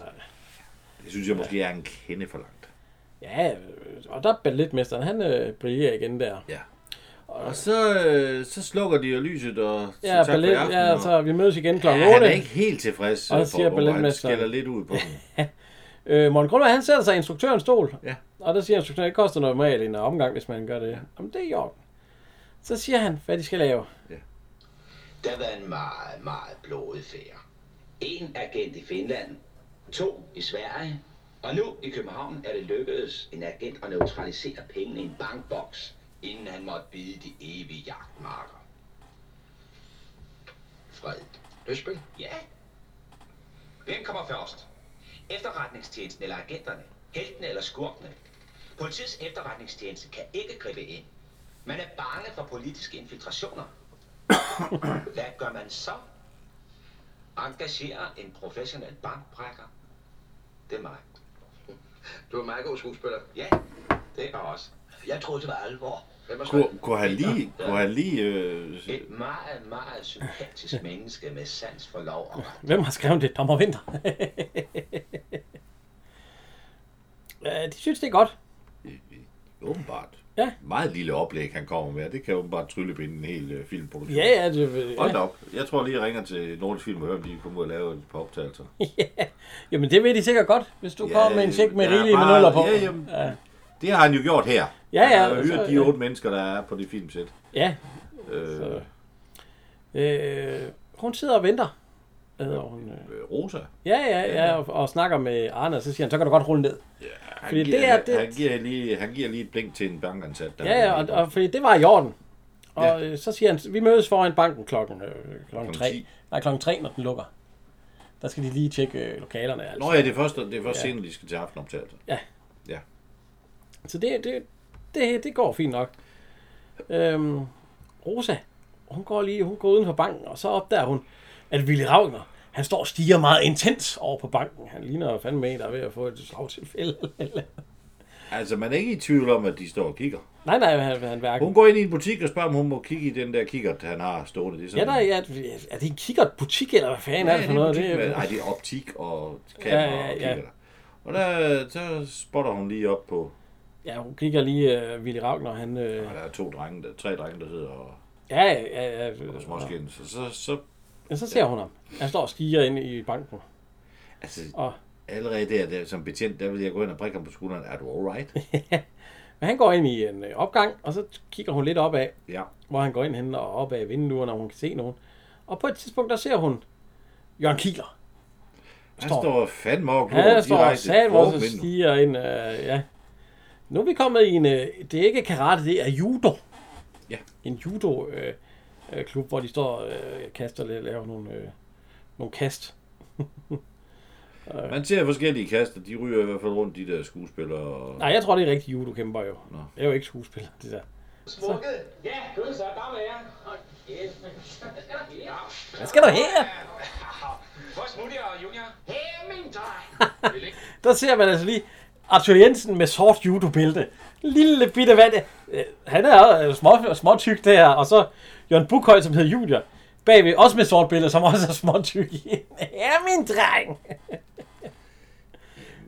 S2: Det synes jeg måske er en kende for langt.
S1: ja, øh, og der er balletmesteren, han øh, briller igen der.
S2: Ja. Og så, øh, så slukker de jo lyset og så
S1: Ja,
S2: tak for i
S1: ballet,
S2: aften,
S1: ja,
S2: og-
S1: så vi mødes igen kl. 8.
S2: ja, han er ikke helt tilfreds,
S1: Og
S2: og
S1: så siger
S2: siger på, han
S1: balletmesteren-
S2: skælder lidt ud på dem.
S1: Øh, Morten Grundvær, han sætter sig i instruktørens stol.
S2: Ja.
S1: Og der siger instruktøren, det koster normalt en omgang, hvis man gør det. Jamen, det er i orden. Så siger han, hvad de skal lave.
S6: Det har været en meget, meget blodig færd. En agent i Finland, to i Sverige, og nu i København er det lykkedes en agent at neutralisere pengene i en bankboks, inden han måtte bide de evige jagtmarker.
S3: Fred. Løsbøl.
S6: Ja,
S3: Hvem kommer først? Efterretningstjenesten eller agenterne? Heltene eller skurkene? Politiets efterretningstjeneste kan ikke gribe ind. Man er bange for politiske infiltrationer. Hvad gør man så? Engagerer en professionel bankbrækker? Det er mig.
S6: du er en meget god skuespiller.
S3: Ja, det er også.
S6: Jeg troede, det var alvor.
S4: Hvem er
S2: Kunne, kunne han lige... Kunne han lige øh, s-
S6: Et meget, meget sympatisk menneske med sans for lov og ret.
S1: Hvem har skrevet det? Dommer Vinter. ja, de synes, det er godt.
S2: åbenbart.
S1: Ja.
S2: Meget lille oplæg, han kommer med. og Det kan åbenbart tryllebinde en hel øh, filmproduktion.
S1: Ja, ja, det,
S2: Hold da
S1: ja.
S2: op. Jeg tror lige, jeg ringer til Nordisk Film og hører, om de kan komme ud og lave et par optagelser.
S1: Jamen, det ved de sikkert godt, hvis du kommer med en check med
S2: ja, øh,
S1: rigelige med
S2: bare-
S1: nuller på.
S2: Ja, jamen,
S1: Ja.
S2: Det har han jo gjort her.
S1: Ja, altså, øh, ja,
S2: Han har
S1: så-
S2: hyret de
S1: ja.
S2: otte mennesker, der er på det filmsæt.
S1: ja.
S2: Øh,
S1: Øh, hun sidder og venter. Hvad hedder hun?
S2: øh, Rosa.
S1: Ja, ja, ja, og, og snakker med Arne, og så siger han, så kan du godt rulle ned.
S2: Han
S1: Fordi
S2: giver,
S1: det er- det-
S2: han, giver lige, han giver lige et blink til en bankansat. Der
S1: Ja, ja, og, og fordi det var i orden. Og ja. så siger han, vi mødes foran banken klokken, øh, klokken 3.
S2: 10.
S1: Nej, klokken 3, når den lukker. Der skal de lige tjekke øh, lokalerne. Altså.
S2: Nå ja, det er først, det er først ja. senere, de skal til aftenoptagelser.
S1: Så det, det, det, det går fint nok. Øhm, Rosa, hun går lige hun går uden for banken, og så opdager hun, at Willy Ravner, han står og stiger meget intens over på banken. Han ligner fandme en, der er ved at få et slagtilfælde.
S2: Altså, man er ikke i tvivl om, at de står og kigger.
S1: nej, nej, han, han
S2: Hun
S1: hverken.
S2: går ind i en butik og spørger, om hun må kigge i den der kikkert, han har stående. Det er
S1: Ja,
S2: sådan,
S1: der, ja, er det en kikkertbutik, eller hvad fanden ja, er det for noget?
S2: butik,
S1: Det,
S2: men-
S1: er-
S2: Ej, det er optik og kamera ja, ja, ja. og kigger der. Og der, så spotter hun lige op på,
S1: ja, hun kigger lige uh, Willy Ravner, han... Øh,
S2: og der er to drenge, der, tre drenge, der sidder og,
S1: ja, ja, ja, ja,
S2: og småskændes. Så, så, så
S1: ja, så ser hun ham. Han står og stiger ind i banken.
S2: altså,
S1: Og-
S2: allerede der, der, som betjent, der vil jeg gå ind og prikke ham på skulderen. Er du alright?
S1: Men han går ind i en øh, opgang, og så kigger hun lidt opad,
S2: ja.
S1: hvor han går ind hen og op ad vinduerne, og hun kan se nogen. Og på et tidspunkt, der ser hun Jørgen Kieler.
S2: Han
S1: Står-
S2: står, står fandme og glor
S1: Han står og
S2: direkte
S1: sat, hvor
S2: foran
S1: så
S2: vinduet.
S1: stiger ind. Øh, ja. Nu er vi kommet i en... Øh, det er ikke karate, det er judo.
S2: Ja.
S1: En judo øh, øh, klub, hvor de står og øh, kaster lidt, laver nogle, øh, nogle kast.
S2: Man ser forskellige kaster, de ryger i hvert fald rundt, de der skuespillere. Og...
S1: Nej, jeg tror, det er rigtig judo kæmper jo.
S2: Nå.
S1: Det er jo ikke skuespiller, det der.
S7: Smukket? Ja, gud, så der var jeg.
S1: Hvad skal der her?
S7: Hvor smutter jeg, Junior? Hey, min dreng.
S1: Der ser man altså lige Arthur Jensen med sort judobælte. Lille bitte vand. Øh, Han er øh, små, småtyk der, og så Jørgen Bukhøj, som hedder Junior. Bagved, også med sort bælte, som også er småtyk. ja, min dreng.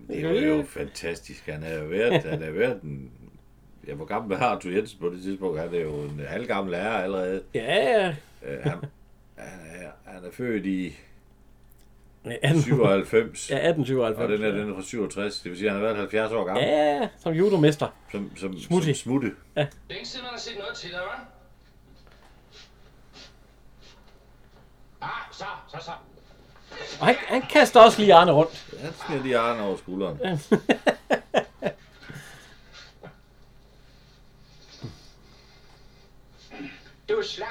S2: Det er jo fantastisk. Han er jo været, han er været en... Ja, hvor gammel er Arthur Jensen på det tidspunkt? Han er jo en halvgammel herre allerede.
S1: Ja, ja.
S2: Øh, han, han, er, han er født i
S1: Ja, 18,
S2: 97,
S1: ja, 1897.
S2: og den er den er fra 67. Det vil sige, at han har været 70 år gammel.
S1: Ja, ja, som judomester.
S2: Som, som,
S1: Smutty.
S2: som smutte.
S4: Længe siden, man har set noget til dig, hva'?
S7: Ah, så, så, så.
S1: Og han, han kaster også lige Arne rundt.
S2: Han skal lige arne over skulderen.
S6: Du er slap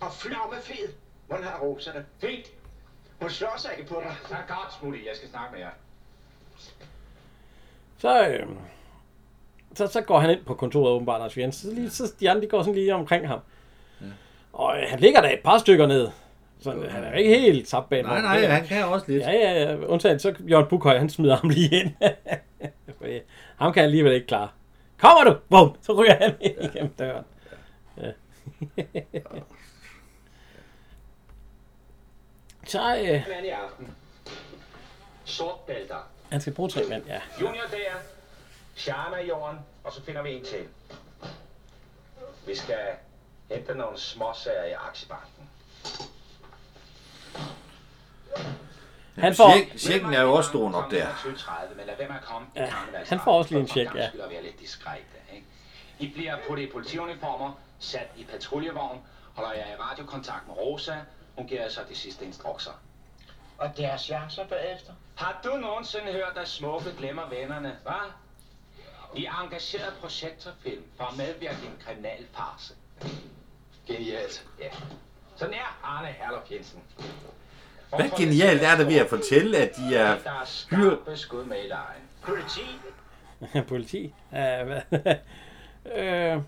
S6: og flammefed. Hvordan har Rosa det?
S7: Fint.
S6: Hun slår sig ikke på dig.
S7: Så er godt, Smutti. Jeg skal snakke med jer.
S1: Så, øh, så, så går han ind på kontoret åbenbart, Arthur Jensen. Så, lige, så de andre de går sådan lige omkring ham. Og øh, han ligger der et par stykker ned. Så øh, han er jo ikke helt tabt bag
S2: Nej, nej, han kan også lidt.
S1: Ja, ja, ja. Undtagen så Jørgen Bukhøj, han smider ham lige ind. Fordi ham kan han alligevel ikke klare. Kommer du? Bum! Så ryger han ind igennem døren. Ja. så øh,
S6: Mand i aften. Sort bælter.
S1: han skal bruge tre mand, ja.
S6: Junior der. Shana i jorden. Og så finder vi en til. Vi skal hente nogle småsager i aktiebanken.
S1: Han får,
S2: Check- Checken er jo også stor nok der.
S6: 2030, men lad være med at komme i
S1: Ja,
S6: karnevalsdragt.
S1: han får også lige en check,
S6: For
S1: ja.
S6: gang skyld at være lidt diskret, ikke? I bliver puttet i politiuniformer, sat i patruljevogn, holder jer i radiokontakt med Rosa, hun giver jer så de sidste instrukser.
S3: Og deres chancer bagefter.
S6: Har du nogensinde hørt, at smukke glemmer vennerne, hva? I er engageret projektorfilm for at medvirke i en kriminal farse.
S4: Genialt.
S6: Ja. Sådan er Arne Herlof Jensen.
S2: Hvad genialt er det ved at fortælle, at de er...
S6: Der er skarpe skud med i lejen.
S3: Politi.
S1: politi. Ja, hvad? øh,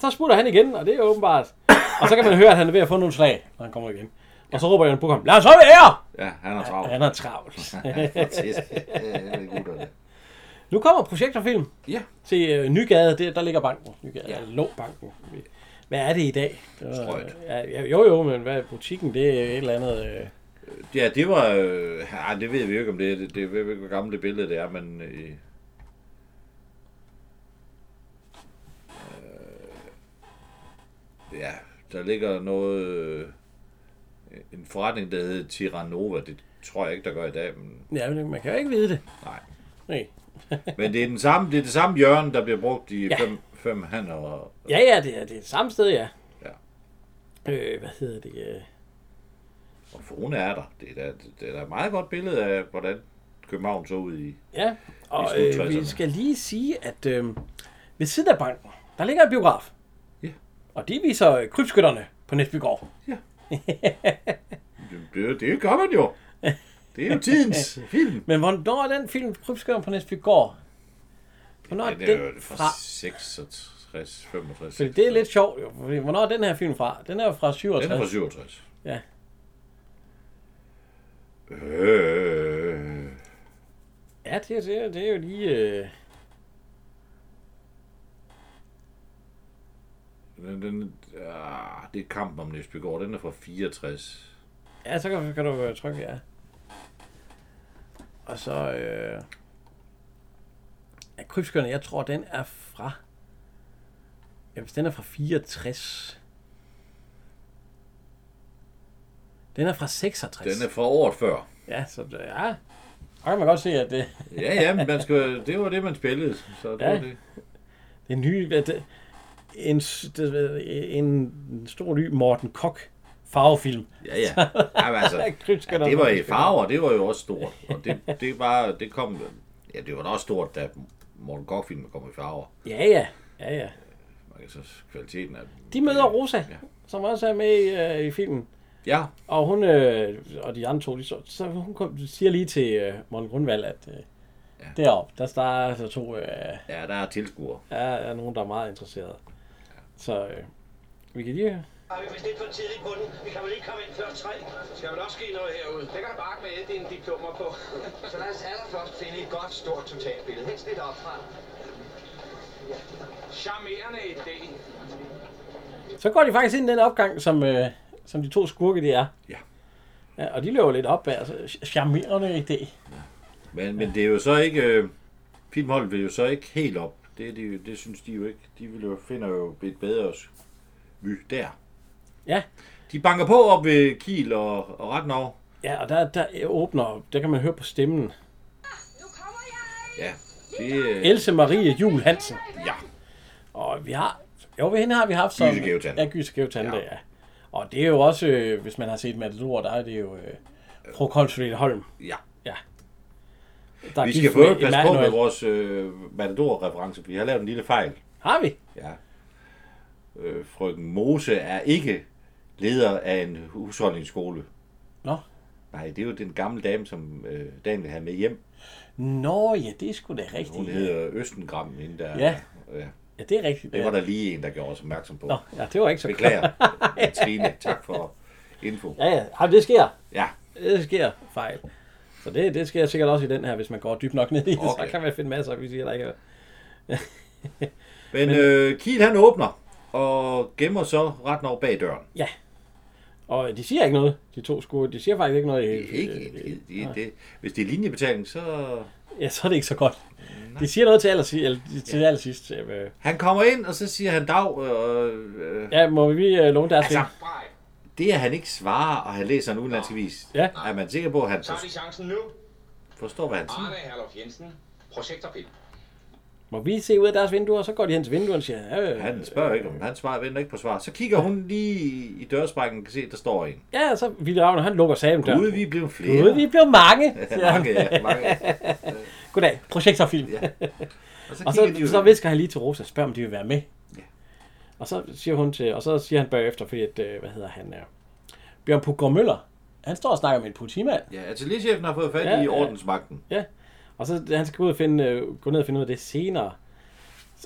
S1: så smutter han igen, og det er åbenbart. Og så kan man høre, at han er ved at få nogle slag, når han kommer igen. Og så råber Jørgen Bukhøj, lad os op her!
S2: Ja, han er
S1: Og
S2: travlt.
S1: han er travlt.
S2: Han er travlt.
S1: Nu kommer projektorfilm
S2: Ja.
S1: til øh, Nygade. Der, der ligger banken. Nygade ja.
S2: Ja.
S1: lå banken. Hvad er det i dag? Det var,
S2: Strøget.
S1: øh, Ja, jo, jo, men hvad er butikken? Det er et eller andet... Øh,
S2: Ja, det var... Øh, ja, det ved vi jo ikke, om det er. Det, det jeg ved ikke, hvor gammelt det billede det er, men... Øh, øh, øh, ja, der ligger noget... Øh, en forretning, der hedder Tiranova. Det tror jeg ikke, der gør i dag, men
S1: ja, men man kan jo ikke vide det.
S2: nej.
S1: Nej.
S2: Men det er, den samme, det er det samme hjørne, der bliver brugt i
S1: Ja.
S2: ja. fem, fem hænder. Og,
S1: Ja, ja, det er det er samme sted, ja.
S2: Ja.
S1: Øh, hvad hedder det? øh?
S2: og Fone er der. Det er da, det er da et meget godt billede af, hvordan København så ud i...
S1: Ja, og
S2: I
S1: øh, vi
S2: slut-60'erne.
S1: skal lige sige, at øh, ved siden af banken, der ligger en biograf.
S2: Ja.
S1: Og de viser øh, krybskytterne på Næsbygård.
S2: Det, det, det gør man jo. Det er jo tidens film.
S1: Men hvornår er den film, Krybskytteren på Næsbygård? Hvornår er
S2: Ja, det er jo
S1: den
S2: fra
S1: fra?
S2: 66, 65.
S1: Fordi det er lidt sjovt, jo. Fordi hvornår er den her film fra? Den er jo fra 67.
S2: Den er fra 67.
S1: Ja.
S2: Øh,
S1: Ja, det, er- det, er- det er jo lige... Øh...
S2: den, den, ah, det er kampen om Næsbygård. Den er fra 64.
S1: Ja, så kan, kan du øh, trykke, ja. Og så... Øh... Ja, krybskytterne, jeg tror, den er fra... Jamen, hvis den er fra 64... Den er fra 66.
S2: Den er fra året før.
S1: Ja, så det- ja. Der kan man godt se, at det,
S2: Ja, ja, men man skal, det var det, man spillede. Så det
S1: Ja.
S2: var det.
S1: det er nye... Hvad det, en, s- det, hvad- en stor ny Morten Kok farvefilm.
S2: Ja, ja. Jamen, altså, ja,
S1: Krybskytterne
S2: det var
S1: på
S2: i
S1: Næsbygård.
S2: farver, det var jo også stort. Og det, det, var, det kom... Ja, det var da også stort, da Morten Gok-filmen kom i farver.
S1: Ja, ja. Ja, ja.
S2: Man kan så kvaliteten af den.
S1: De møder Rosa, ja.
S2: Øh, Ja.
S1: som også er med i, øh, i filmen.
S2: Ja,
S1: Og hun øh, og de andre to, de så, så hun kom, siger lige til øh, Morten Grundvald, at øh, ja.
S2: Ja.
S1: deroppe, der starter der to, øh,
S2: ja, der er tilskuere.
S1: er, er nogen, der er meget interesserede. Så øh, vi kan lige...
S3: Har vi vist lidt for tidligt på den? Vi kan vel ikke komme ind før tre? Skal vel også ske noget herude? Det kan du bare med alle dine diplomer på. Så lad os allerførst finde et godt stort totalbillede. Helst lidt opfra.
S4: Charmerende idé.
S1: Så går de faktisk ind i den opgang, som, øh, som de to skurke, de er.
S2: Ja.
S1: ja og de løber lidt op, altså ch- charmerende idé.
S2: Men, men det er jo så ikke... Øh, filmholdet vil jo så ikke helt op. Det, er de, jo- det synes de jo ikke. De vil jo, finder jo et bedre vy der.
S1: Ja.
S2: De banker på op ved Kiel og, og Retnov.
S1: Ja, og der, der åbner, der kan man høre på stemmen,
S8: Nu kommer jeg!
S2: Ja. Det er øh,
S1: Else Marie Jul Hansen.
S2: Ja.
S1: Og vi har... Jo, ved hende har vi haft som...
S2: Gyse Gævtante.
S1: Ja, Gyse Gævtante, ja.
S2: Ja.
S1: ja. Og det er jo også, øh, hvis man har set Matador, der er det jo øh, fru Konsulat Holm.
S2: ja.
S1: Der er
S2: Vi
S1: gift
S2: skal få passe på
S1: Emmanuel.
S2: med vores øh, Matador-reference, for jeg har lavet en lille fejl.
S1: Har vi?
S2: Ja. Øh, frøken Mose er ikke leder af en husholdningsskole.
S1: Nå.
S2: Nej, det er jo den gamle dame, som øh, Daniel havde med hjem.
S1: Nå, ja, det er sgu da
S2: Hun
S1: rigtigt.
S2: hedder Østengram, hende der...
S1: Ja.
S2: ja.
S1: Ja, det er rigtigt.
S2: Det
S1: ja.
S2: var der lige en, der gjorde os opmærksom på.
S1: Nå, ja, det var ikke så
S2: Beklager, Trine. Tak for info.
S1: Ja, ja, Ej, det sker.
S2: Ja,
S1: Det sker fejl. Så det, det sker sikkert også i den her, hvis man går dybt nok ned i det, okay. så
S2: Okay.
S1: kan man finde masser, vi siger der ikke. er-
S2: men, øh, Kiel han åbner og gemmer så ret over bag døren.
S1: Og de siger ikke noget, de to skurke. De siger faktisk ikke noget i
S2: Det er ikke en det, det, det. Hvis det er linjebetaling, så...
S1: Ja, så er det ikke så godt.
S2: Mm,
S1: De siger noget til allersidst. Eller, til ja. allersidst øh,
S2: Han kommer ind, og så siger han dag, og øh,
S1: Ja, må vi lige øh, låne deres altså,
S2: Altså,
S1: ting?
S3: Brej,
S2: det, at han ikke svarer, og han læser en udenlandsk avis,
S1: Ja.
S2: er man sikker på, at han
S3: tager de
S2: for-
S3: chancen nu?
S2: forstår, hvad han siger?
S3: Arne Herlof Jensen, projektorfilm.
S1: Må vi se ud af deres vinduer? Så går de hen til vinduerne og siger, ja, øh,
S2: Han spørger ikke, om han svarer, venter ikke på svar. Så kigger hun lige i dørsprækken og kan se, at der står en.
S1: ja, så Ville Ravner, han lukker sagen døren.
S2: Gud, vi er blevet flere.
S1: Gud, vi blev mange. siger han.
S2: mange, ja, mange.
S1: Goddag, projektorfilm. Ja.
S2: Ja. Og så,
S1: Og
S2: kigger de
S1: så,
S2: jo-
S1: så visker han lige til Rosa, spørger om de vil være med. Ja.
S2: Ja.
S1: Og så siger hun til, og så siger han bagefter, fordi at, øh, hvad hedder han, øh, Bjørn Puggaard Møller, han står og snakker med en politimand.
S2: Ja, atelierchefen har fået fat
S1: Ja,
S2: ja, i
S1: ja.
S2: ordensmagten.
S1: Og så han skal gå ud og finde, øh, gå ned og finde ud af det senere.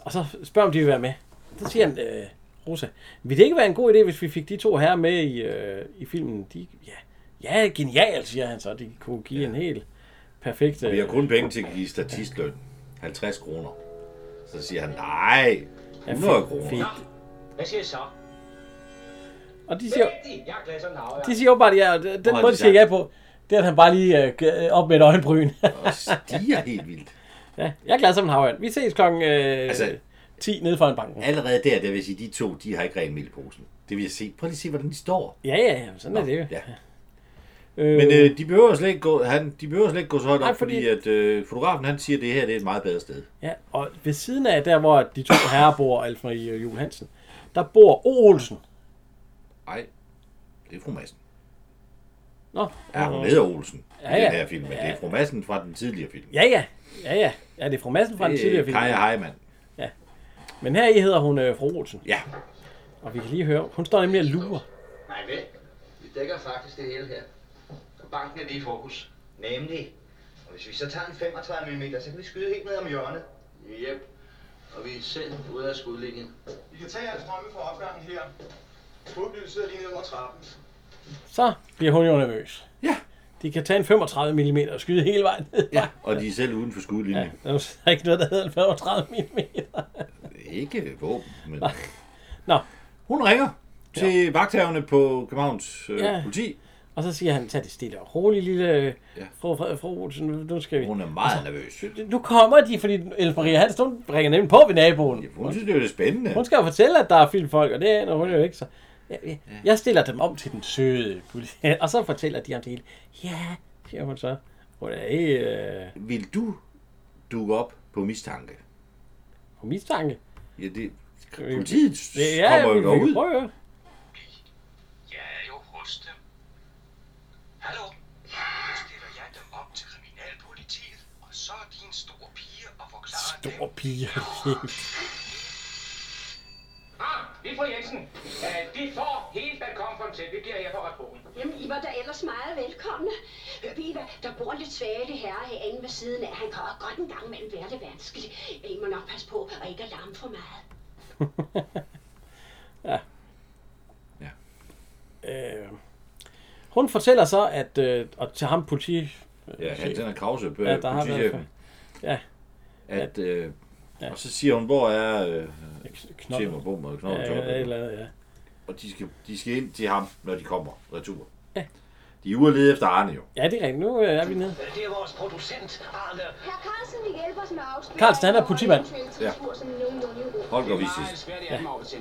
S1: Og så spørger om de vil være med. Så siger han, øh, Rosa, ville det ikke være en god idé, hvis vi fik de to her med i, øh, i filmen? De, ja, ja, genial, siger han så. De kunne give ja. en helt perfekt...
S2: Vi har
S1: Øh,
S2: kun penge til at give statistløn. 50 kroner. Så siger han, nej, 100 kroner.
S1: Fint.
S3: Hvad siger I så?
S1: Og de
S3: Det
S1: siger,
S3: er rigtigt. Jeg er glad som laver.
S1: de siger åbenbart, ja, og den
S2: har de
S1: måde, de siger
S2: sagt?
S1: ja på, det er, at han bare lige øh, g- op med et øjenbryn.
S2: Og stiger helt vildt.
S1: ja, jeg er glad som en havørn. Vi ses klokken øh,
S2: Altså-
S1: 10 nede foran banken.
S2: Allerede der, der vil jeg sige, de to, de har ikke rent mel i posen. Det vil jeg se. Prøv lige at se, hvordan de står.
S1: Ja, ja, ja, sådan er det jo.
S2: Ja.
S1: Øh,
S2: Men øh, de behøver slet ikke gå, han, de behøver slet ikke gå så højt op,
S1: Nej,
S2: Nej,
S1: fordi-
S2: fordi... fordi at øh, fotografen han siger, at det her det er et meget bedre sted.
S1: Ja, og ved siden af der, hvor de to herrer bor, Alf Marie og Jule Hansen, der bor O. Olsen.
S2: Nej, det er fru Madsen.
S1: Nå,
S2: Ja, hun hedder Olsen
S1: Ja, ja.
S2: ja, i den her film, men ja. det er fru Madsen fra den tidligere film.
S1: Ja, ja. Ja, ja. Ja, det er fru Madsen fra den tidligere film.
S2: Kaja Heimann.
S1: Men her i hedder hun øh, fru Olsen.
S2: Ja,
S1: Og vi kan lige høre, hun står nemlig og lurer.
S3: Nej, vel? Vi dækker faktisk det hele her. Og banken er lige i fokus. Nemlig. Og hvis vi så tager en 35 mm, så kan vi skyde helt ned om hjørnet.
S5: Yep. Og vi er selv ude af skudlinjen.
S7: I kan tage jeres strømme fra opgangen her. Hovedlyset er lige nede under trappen.
S1: Så bliver hun jo nervøs.
S2: Ja.
S1: De kan tage en 35 mm og skyde hele vejen ned.
S2: ja. Og de er selv uden for skudlinje.
S1: Ja, der er jo ikke noget, der hedder en 35 mm.
S2: Ja. Ikke våben, men... øh,
S1: Nå.
S2: Hun ringer til ja. vagthaverne på Københavns øh,
S1: Ja.
S2: ja. politi.
S1: Og så siger han, tag det stille og roligt, lille øh,
S2: Ja.
S1: fru, fru, fru Olsen. Nu skal vi...
S2: Hun er meget
S1: Altså,
S2: nervøs.
S1: Nu kommer de, fordi Else Maria Hansen, hun bringer nemlig på ved naboen.
S2: Ja, Hun synes, det er lidt spændende.
S1: Hun skal jo fortælle, at der er filmfolk, og det aner hun jo ikke. Så jeg, jeg, jeg stiller dem om til den søde politi, og så fortæller de om det hele. Ja, siger hun så. Hun er ikke øh,
S2: Vil du dukke op på mistanke?
S1: på mistanke.
S2: Ja, det... Politiet
S1: Det
S2: ja, kommer jo
S1: vi, vi kan
S2: derud.
S1: prøve at høre.
S6: Jeg er jo hos dem. Hallo? Nu stiller jeg dem op til kriminalpolitiet, og så er de en stor pige og forklarer dem.
S1: Stor pige.
S3: Ah, det er fru Jensen. Uh, de får helt velkommen til. Det giver jeg for retbogen.
S9: Jamen, I var da ellers meget velkomne. Ved I hvad, der bor en lidt svale herre herinde ved siden af. Han kan også godt en gang imellem være lidt vanskelig. Men I må nok passe på og ikke alarme for meget.
S1: øh, hun fortæller så, at øh, og til ham politi...
S2: Ja, Hans Henrik Krause, øh,
S1: Ja, der har været
S2: politichefen.
S1: Ja.
S2: At, øh, Og så siger hun, hvor er øh,
S1: Knop,
S2: Timmer, Bomber og Knold,
S1: ja, ja, et eller andet, ja.
S2: Og de skal, de skal ind til ham, når de kommer retur. De er ude at lede efter Arne jo.
S1: ja, det er rigtigt. Nu øh, er vi nede.
S3: Det er vores producent, Arne.
S8: Herr Carlsen vil hjælpe os med afsløringen.
S1: Carlsen, han er politimand.
S8: Ja.
S2: Ja. Holger
S3: Det er meget
S2: Visis.
S3: svært i ja.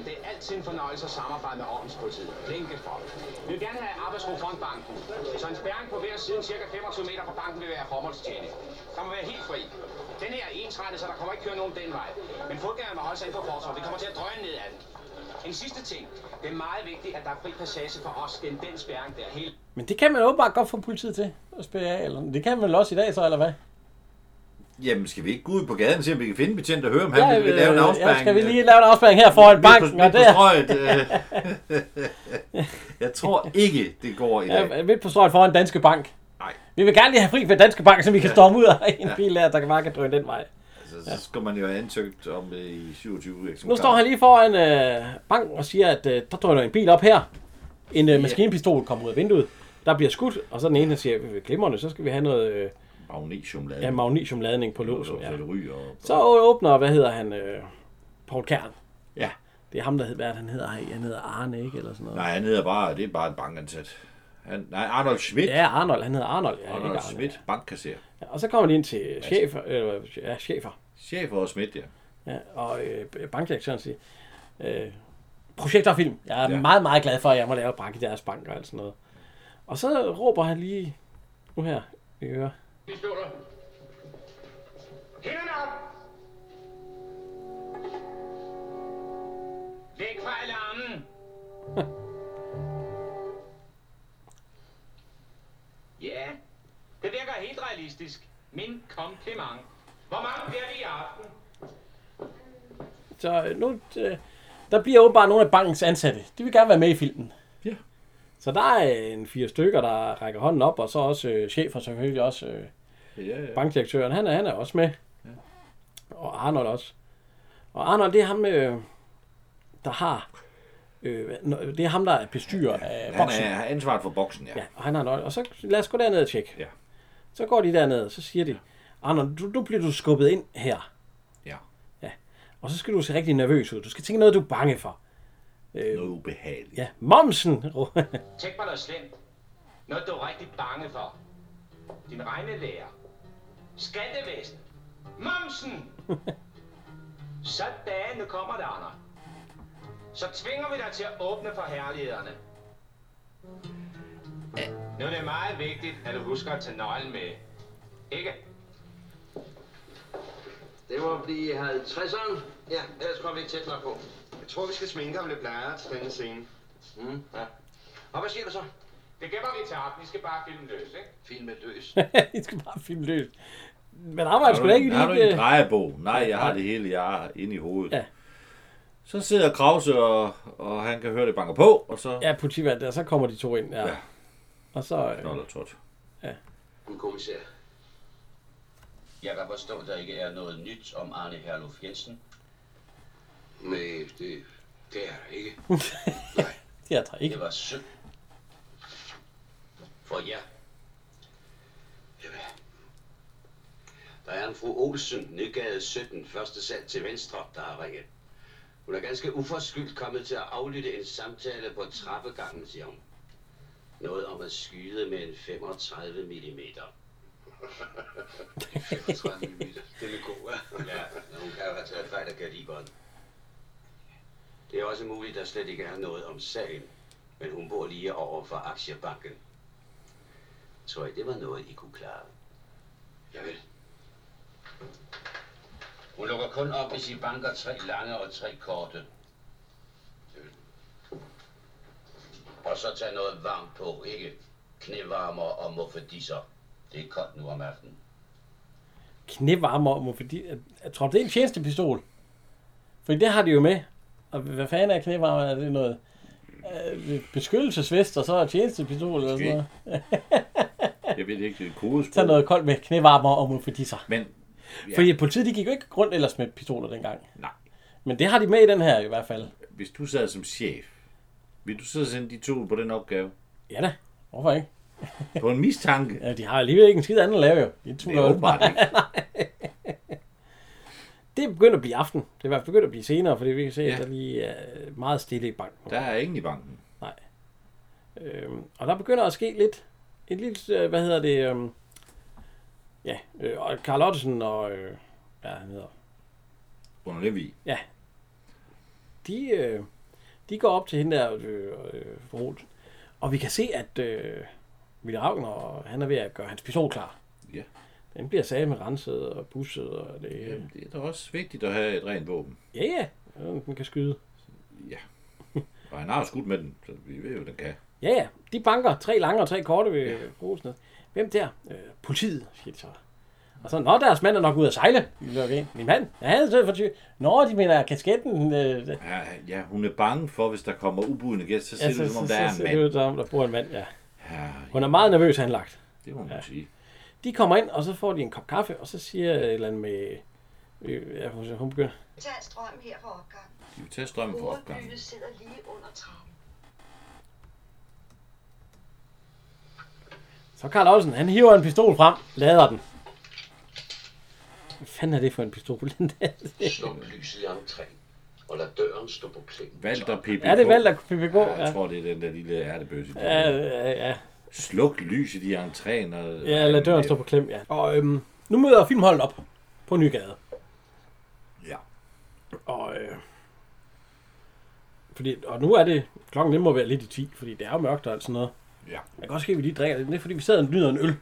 S3: Det er altid en fornøjelse at samarbejde med Aarhuspolitiet. Flinke folk. Vi vil gerne have arbejdsro foran banken. Så en spærring på hver side cirka 25 meter fra banken vil være formålstjenlig. Der må være helt fri. Den her er ensrettet, så der kommer ikke køre nogen den vej. Men fodgængerne må holde sig inden for fortorvet. Vi kommer til at drøne ned ad den. En sidste ting. Det er meget vigtigt, at der er fri passage for os gennem den spærring der hele
S1: Men det kan man åbenbart godt få politiet til at spille af. Eller, det kan man vel også i dag så, eller hvad?
S2: Jamen, skal vi ikke gå ud på gaden og se, om vi kan finde en betjent og høre, om
S1: Ja,
S2: han vil, vil lave en
S1: øh,
S2: afspærring? Øh,
S1: Ja, skal vi lige lave en afspæring her foran banken, og
S2: midt på,
S1: der...
S2: strøget, øh. Jeg tror ikke, det går i dag.
S1: Ja, midt på strøget foran Danske Bank.
S2: Nej,
S1: Vi vil gerne lige have fri for Danske Bank, så vi kan storme ud af en bil der, der kan bare kan drøne den vej.
S2: altså, så skal man jo have ansøgt om det i 27 eksemplarer.
S1: Nu står han lige foran øh, banken og siger, at øh, der drøner en bil op her. En øh, maskinpistol kommer ud af vinduet. Der bliver skudt, og så den ene der siger, at glimrende, så skal vi have noget øh,
S2: Magnesiumlade.
S1: ja, magnesiumladning på låsen. Ja.
S2: så det ryger. op.
S1: Så åbner, hvad hedder han, øh, Paul Kern.
S2: Ja.
S1: Det er ham, der hedder, hvad er det, han hedder, Ej, han hedder Arne, ikke? Eller sådan noget.
S2: Nej, han hedder bare, det er bare en bankansat. Han, nej, Arnold Schmidt.
S1: Ja, Arnold, han hedder Arnold. Ja,
S2: Arnold
S1: ikke Arne.
S2: Schmidt, bankkasser.
S1: Ja, og så kommer de ind til chefer, eller, ja, chefer.
S2: Chef over Schmidt, ja.
S1: Ja, og øh, bankdirektøren siger, øh, projekter og film. Jeg er ja.
S2: Ja.
S1: meget, meget glad for, at jeg må lave bank i deres bank og alt sådan noget. Og så råber han lige nu her i ører.
S4: De står der.
S3: Hænderne op! Væk fra alarmen! ja, det virker helt realistisk. Min kompliment. Hvor mange bliver det i aften?
S1: Så øh, nu, øh, der bliver åbenbart nogle af bankens ansatte. De vil gerne være med i filmen.
S2: Ja.
S1: Så der er øh, en fire stykker, der rækker hånden op, og så også øh, chefer selvfølgelig også. Øh,
S2: ja, ja.
S1: bankdirektøren, han er, han er også med. Ja. Og Arnold også. Og Arnold, det er ham, øh, der har... Øh, hvad- nå, det er ham, der er bestyrer af
S2: Han
S1: boksen.
S2: er, har ansvaret for boksen, ja.
S1: Ja, og han har nøglen. Og så lad os gå derned og tjekke.
S2: Ja.
S1: Så går de derned, og så siger de, Arnold, du, du bliver du skubbet ind her.
S2: Ja.
S1: Og så skal du se rigtig nervøs ud. Du skal tænke noget, du er bange for.
S2: Noget ubehageligt.
S1: Øh, Ja, momsen.
S3: Tænk på noget slemt. Noget, du er rigtig bange for. Din regnelærer. Skattevæsen. Momsen! Sådan, nu kommer det, Anna. Så tvinger vi dig til at åbne for herlighederne. Nu er det meget vigtigt, at du husker at tage nøglen med. Ikke?
S5: Det må blive 50'eren.
S6: Ja, ellers kommer vi ikke tæt nok på.
S3: Jeg tror, vi skal sminke om det plejer til denne scene.
S6: Mm, ja. Og hvad siger du så?
S3: Det gemmer vi til aften. Vi skal bare filme løs, ikke?
S6: Film er løs.
S1: I skal bare filme løs. Men arbejder
S2: Har
S1: sgu
S2: du,
S1: da ikke
S2: en, har du
S1: lige...
S2: en
S1: øh,
S2: drejebog? Nej, jeg har det hele, jeg har inde i hovedet.
S1: Ja.
S2: Så sidder Krause, og, og han kan høre, det banker på, og så...
S1: Ja, politivand der, så kommer de to ind. Ja.
S2: Ja.
S1: Og så... øh,
S2: Knold og tot.
S6: En kommissær. Jeg kan forstå, at der ikke er noget nyt om Arne Herluf Jensen.
S5: Nej, det, det er der ikke.
S1: Ja, der er ikke.
S6: Det var synd. For jer.
S5: Der er en fru Olsen, Nygade 17, første sal til venstre, der har ringet. Hun er ganske uforskyldt kommet til at aflytte en samtale på trappegangen, siger hun. Noget om at skyde med en 35 mm.
S6: 30 minutter. Den er god, ja. ja. men Hun kan jo have taget fejl af kaliberen.
S5: Det er også muligt, der slet ikke er noget om sagen, men hun bor lige over for Aktiebanken. Tror I, det var noget, I kunne klare?
S6: Javel. Hun lukker kun op, hvis I banker tre lange og tre korte. Javel. Og så tag noget varmt på, ikke knævarmer og muffedisser. Det er koldt nu om aftenen.
S1: knævarmer om, fordi jeg, jeg tror, det er en tjenestepistol. Fordi det har de jo med. Og hvad fanden er knævarmer? Er det noget øh, beskyttelsesvest, og så er tjenestepistol eller sådan noget?
S2: Jeg ved ikke, det er et kodesprog.
S1: Tag noget koldt med knævarmer og fordi så.
S2: Men
S1: Ja. Fordi politiet, de gik jo ikke rundt ellers med pistoler dengang.
S2: nej,
S1: Men det har de med i den her i hvert fald.
S2: hvis du sad som chef, vil du så sende de to ud på den opgave?
S1: Ja da, hvorfor ikke?
S2: På en mistanke?
S1: Ja, de har alligevel ikke en skid andet at lave jo. De
S2: Det er åbenbart ikke.
S1: det er begyndt at blive aften. Det er i hvert fald begyndt at blive senere, fordi vi kan se, ja.
S2: Ja.
S1: at der lige er meget stille i banken.
S2: Der er ingen i banken.
S1: Øhm, og der begynder at ske lidt, et lille, øh, hvad hedder det, øhm, ja, øh, og Carl Ottesen og, øh, hvad han hedder,
S2: Under Levi.
S1: ja, de, øh, de går op til hende der, øh, øh, Roth, og vi kan se, at øh, Ville Ragnar, han er ved at gøre hans pistol klar.
S2: Ja.
S1: Den bliver sat med renset og busset, og det, øh,
S2: Jamen, det er da også vigtigt at have et rent våben.
S1: ja, ja, øh, den kan skyde.
S2: Og han har jo skudt med den, så vi ved jo, den kan.
S1: Ja, ja, de banker tre lange og tre korte ved ja. Rosen. Hvem der? Øh, politiet, siger de så. Og så, nå, deres mand er nok ude at sejle. De lukker ind. Min mand, ja, han er død for ty. Nå, de mener kasketten. Øh, det-
S2: Ja, ja, hun er bange for, hvis der kommer ubudne gæster, så ser det ud, som om der er en
S1: Altså, ser
S2: mand.
S1: det ud, som om der bor en mand, ja.
S2: Ja,
S1: Hun er meget nervøs anlagt.
S2: det må man
S1: Ja.
S2: sige.
S1: De kommer ind, og så får de en kop kaffe, og så siger et eller andet med... Øh, ja, hun- hun begynder.
S10: Tag strøm her fra opgangen.
S2: De vil tage strømmen fra opgangen.
S10: Hovedbygget sidder lige under trappen.
S1: Så Karl Olsen, han hiver en pistol frem, lader den. Hvad fanden er det for en pistol? den der?
S5: Sluk lyset i entréen, og lad døren stå på klem.
S2: Valter PPK.
S1: er det valgt af PPK?
S2: Ja, jeg
S1: Ja,
S2: tror, det er den der lille ærtebøsse.
S1: ja, ja, ja.
S2: Sluk lyset i entréen. Og,
S1: Ja, lad døren stå på klem, ja. Øh, Og øhm, nu møder filmholdet op på Nygade.
S2: Ja.
S1: Og, øh, fordi, og nu er det, klokken det må være lidt i 10, fordi det er jo mørkt og alt sådan noget.
S2: Ja.
S1: Jeg kan godt ske, at vi lige drikker lidt, men det er fordi vi sidder og nyder en øl.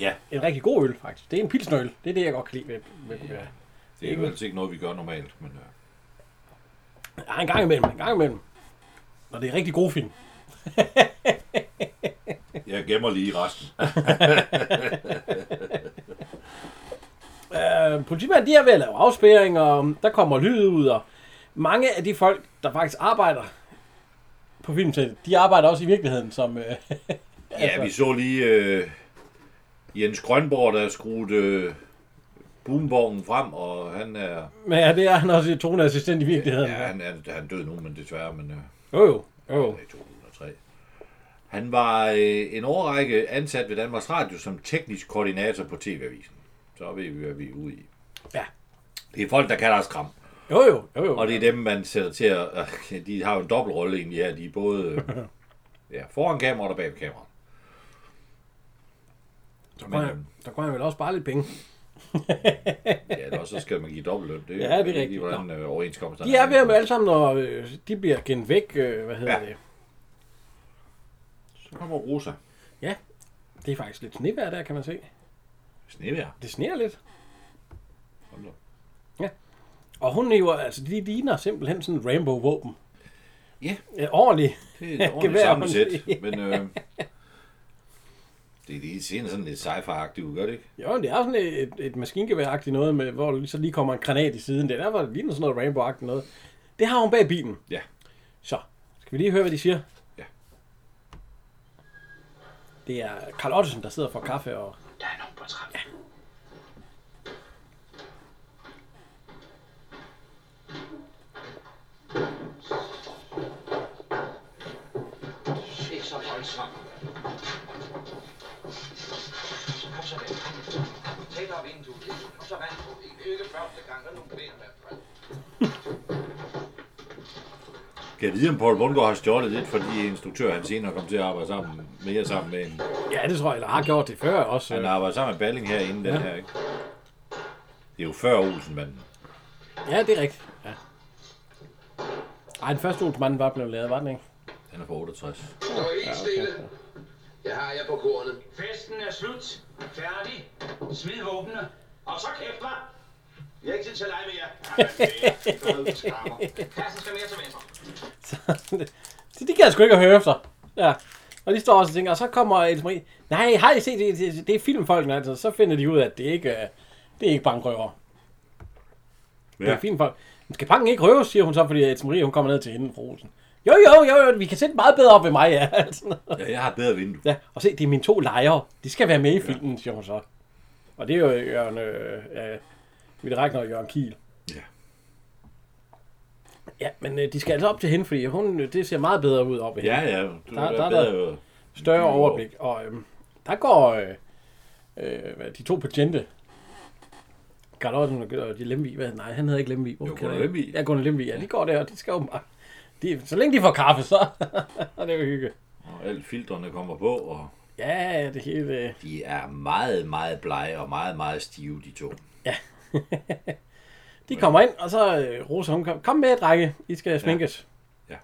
S2: Ja,
S1: En rigtig god øl, faktisk. Det er en pilsnøl. Det er det, jeg godt kan lide ved, ved ja.
S2: det er jo altså ikke noget, vi gør normalt. Men, øh, ja.
S1: Ja, en gang imellem, en gang imellem. Og det er rigtig god film.
S2: Jeg gemmer lige resten.
S1: Øh, politimanden, de er ved at lave afspæring, og der kommer lyd ud, og mange af de folk, der faktisk arbejder på filmsættet, de arbejder også i virkeligheden som... Øh,
S2: Ja, vi så lige øh, Jens Grønborg, der skruede øh, boomvognen frem, og han er,
S1: Men ja, det er han også i toneassistent i virkeligheden.
S2: ja, han er, han er død nu, men desværre, men øh,
S1: Jo, jo. jo. jo.
S2: han er i 2003. Han var øh, en årrække ansat ved Danmarks Radio som teknisk koordinator på TV-avisen. så ved vi, hvad vi er ude i.
S1: Ja.
S2: Det er folk, der kan deres kram.
S1: Jo, jo, jo, jo.
S2: Og det er dem, man sætter til at... øh, De har jo en dobbeltrolle egentlig her. De er både øh, ja, foran kameraet og bag ved kameraet.
S1: Så
S2: Men,
S1: går, jeg,
S2: øhm,
S1: så går jeg vel også bare lidt penge.
S2: ja, ellers så skal man give dobbeltløn. Det,
S1: Ja, det er
S2: jeg ved ikke
S1: rigtigt.
S2: lige, Hvordan øh, overenskomsterne
S1: De er ved med alle sammen, når øh, de bliver gennem væk. Øh, hvad hedder ja.
S2: Ja.
S1: det?
S2: Så kommer Rosa.
S1: Ja, det er faktisk lidt snevejr der, kan man se.
S2: Snevejr.
S1: Det sneer lidt.
S2: Hold da op.
S1: Og hun er jo, altså, de ligner simpelthen sådan en Rambo-våben.
S2: Ja.
S1: Øh, ordentligt.
S2: Det er et ordentligt
S1: Gevær,
S2: sammensæt, men øh, det er lige senere sådan lidt sci-fi-agtigt, ud, gør det ikke?
S1: Jo, men det er sådan et, et maskingeværagtigt noget, med, hvor lige- så lige kommer en granat i siden. Det er derfor, det ligner sådan noget Rambo-agtigt noget. Det har hun bag bilen.
S2: Ja.
S1: Så, skal vi lige høre, hvad de siger?
S2: Ja.
S1: Det er Carl Ottesen, der sidder for kaffe og...
S3: Der er nogen på trappen. Ja.
S5: Ikke så voldsomt.
S3: Kom så vand. Tæt op vinduet. Kom så vand på. Ikke første gang, der er nogen ben i hvert fald.
S2: Kan jeg vide, om Paul Bundgaard har stjålet lidt, fordi instruktør han senere kom til at arbejde sammen, mere sammen med en...
S1: Ja, det tror jeg, eller har gjort det før også.
S2: Han
S1: Ja,
S2: arbejder sammen med Balling her inden den
S1: Ja.
S2: her, ikke? Det er jo før Olsenmanden.
S1: det er rigtigt. Ja. Ej, den første Olsmanden var blevet lavet, var den ikke?
S2: Han er fra 68.
S4: Stå helt stille. Jeg har jer på kornet.
S3: Festen er slut. Færdig. Smid våbnene. Og så kæft mig. Jeg er ikke tid til at lege med jer. Kassen skal mere til venstre.
S1: Så, så de kan jeg sgu ikke høre efter. Ja. Og de står også og tænker, og så kommer Else Marie, nej, har I set det, det, det er filmfolkene, altså, så finder de ud af, at det ikke øh, det er ikke bankrøver. Ja. Det er filmfolk. Men skal banken ikke røves, siger hun så, fordi Else Marie, hun kommer ned til hende, fru Olsen. Jo, jo, jo, jo, vi kan sætte meget bedre op ved mig, ja. Altså.
S2: Ja, jeg har et bedre vindue.
S1: ja. Og se, det er mine to lejre, de skal være med i filmen, siger hun så. Og det er jo Jørgen, øh, øh, vi rækker og Jørgen Kiel.
S2: Ja.
S1: Ja, men øh, de skal altså op til hende, fordi hun, øh, det ser meget bedre ud op ved hende.
S2: Ja, ja. Du
S1: Der-
S2: der,
S1: der er
S2: der,
S1: der-
S2: bedre, jo.
S1: større
S2: Dybe
S1: overblik. Og øhm, der går øh, øh, hvad, de to betjente, Carl Otten og og de Lemvig, hvad, nej, han hedder ikke Lemvig. Hvorfor
S2: Jo,
S1: kalder
S2: Gunnar
S1: jeg-
S2: Lemvig.
S1: Ja, Gunnar Lemvig, ja, de går der, og de skal jo bare... De, så længe de får kaffe, så er det jo hygge.
S2: Og alt filtrene kommer på, og
S1: Ja, ja, det hele... Øh,
S2: de er meget, meget blege og meget, meget stive, de to.
S1: de kommer ind, og så øh, Rosa, hun kom, kom med, drenge, I skal sminkes.
S2: Ja.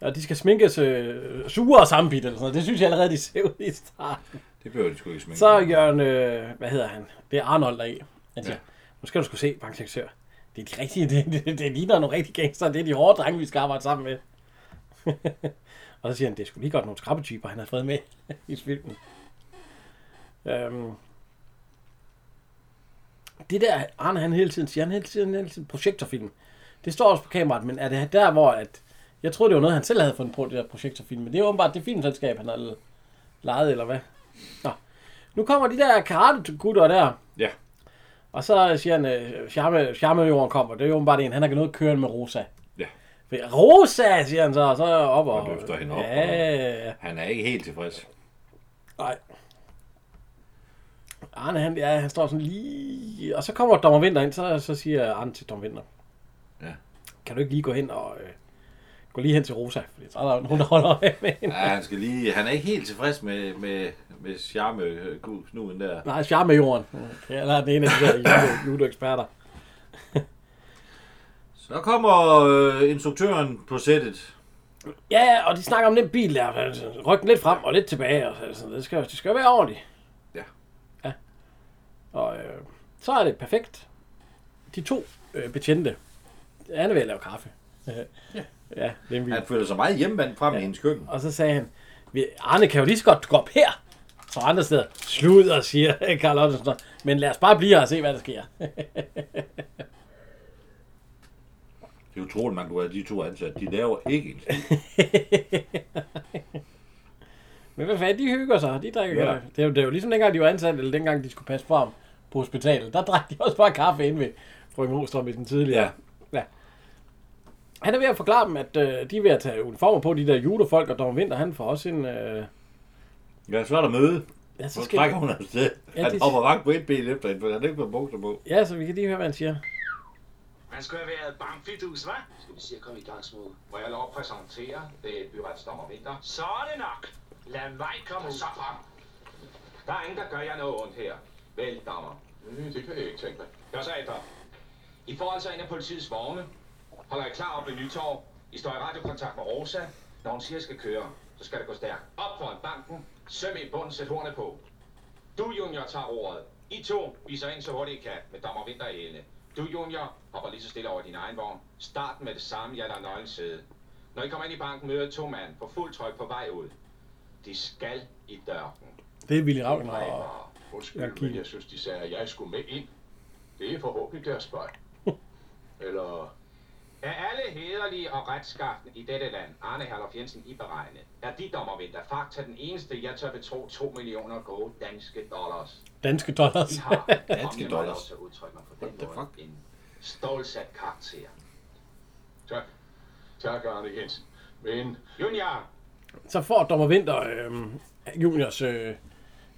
S1: Og de skal sminkes øh, sure og sammenbit eller sådan noget. Det synes jeg allerede, de ser ud i starten.
S2: Det behøver de sgu ikke sminke.
S1: Så er Jørgen, øh, hvad hedder han? Det er Arnold, der er i. Han siger,
S2: Ja.
S1: nu skal du sgu se, bankdirektør. Det er de rigtige, det, det, det ligner nogle rigtige gangster. Det er de hårde drenge, vi skal arbejde sammen med. og så siger han, det er sgu lige godt nogle skrabbetyper, han har fået med i filmen. Øhm, det der, Arne han hele tiden siger, han hele tiden, hele tiden projektorfilm. Det står også på kameraet, men er det der, hvor at, jeg troede, det var noget, han selv havde fundet på, det der projektorfilm, men det er åbenbart det filmselskab, han har lejet, eller hvad? Nu kommer de der karate-gutter der.
S2: Ja.
S1: Og så siger han, øh, charme, charmejorden kommer. Det er jo bare en, han har noget kørende med Rosa.
S2: Ja.
S1: Rosa, siger han så, og så op og...
S2: Og løfter hende op,
S1: Ja, ja, ja.
S2: Han er ikke helt tilfreds.
S1: Nej. Arne, han, ja, han står sådan lige... Og så kommer Dommer Vinter ind, så, så siger Arne til Dommer Vinter.
S2: Ja.
S1: Kan du ikke lige gå hen og... Øh, gå lige hen til Rosa, fordi så er der nogen, der holder øje med hende.
S2: Ja, han, skal lige, han er ikke helt tilfreds med, med, med charme øh, gu- knuden der.
S1: Nej, charmejorden. Ja, der er den ene af de der judo- judo-eksperter.
S2: Så kommer øh, instruktøren på sættet.
S1: Ja, ja, og de snakker om den bil der. altså, Ryk den lidt frem og lidt tilbage. Og sådan. Det, skal, det skal være ordentligt.
S2: Ja.
S1: Ja. Og øh, så er det perfekt. De to øh, betjente. Han er ved at lave kaffe. Ja. Ja, den
S2: Han føler sig meget hjemmevand frem ja. i hendes køkken.
S1: Og så sagde han, "Vi- Arne kan jo lige så godt gå op her. Så andre steder, sluder, siger Karl Ottesen. så. Men lad os bare blive her og se, hvad der sker.
S2: Det er utroligt, man kunne have de to ansat. De laver ikke en skid.
S1: Men hvad fanden, de hygger sig, de drikker
S2: Ja.
S1: ja. det, er jo, det er jo ligesom dengang, de var ansat, eller dengang, de skulle passe på ham på hospitalet. Der drak de også bare kaffe ind ved frøken Rostrøm i den tidligere.
S2: Ja.
S1: ja. Han er ved at forklare dem, at øh, de er ved at tage uniformer på, de der julefolk, og Dom Vinter, han får også en... Øh,
S2: Ja, så er der møde.
S1: Ja,
S2: så skal trækker hun afsted.
S1: Ja,
S2: Ja, han
S1: det-
S2: hopper vagt på et ben efter hende, for han har ikke fået bukser på.
S1: Ja, så vi kan lige høre, hvad han siger.
S3: Man skulle have været bamfidus, hva'? Skal vi se at komme i gang, smule? Må jeg lov at præsentere øh, byretsdommer Vinter? Så er det nok. Lad mig komme så frem. Der er ingen, der gør jer noget ondt her. Vel, dommer.
S4: Nej, Mm, det kan jeg ikke tænke mig.
S3: Gør så efter. I får altså ind af politiets vogne. Holder jeg klar op ved Nytorv. I står i radiokontakt med Rosa. Når hun siger, at jeg skal køre, så skal det gå stærkt. Op foran banken. Søm i bunden, sæt hornet på. Du, Junior, tager ordet. I to viser ind så hurtigt I kan med dommer Vinter i hælene. Du, Junior, hopper lige så stille over din egen vogn. Start med det samme, jeg lader nøglen sidde. Når I kommer ind i banken, møder I to mand på fuld tryk på vej ud. De skal i dørken.
S1: Det er Willy Ravn.
S4: Og
S1: Jeg
S4: undskyld,
S1: kigger.
S4: men jeg synes, de sagde, at jeg skulle med ind. Det er forhåbentlig deres fejl. Eller
S3: Er alle hederlige og retskaffende i dette land, Arne Herlof Jensen i beregnet, er de dommervinter fakta den eneste, jeg tør betro 2 millioner gode danske dollars.
S1: Danske dollars.
S3: I har, om jeg må have lov til at udtrykke mig på
S2: What the
S3: den måde, en stålsat karakter.
S4: tak. Tak, Arne Jensen. Men
S3: Junior,
S1: så får Dommer Vinter øh, juniors... Øh,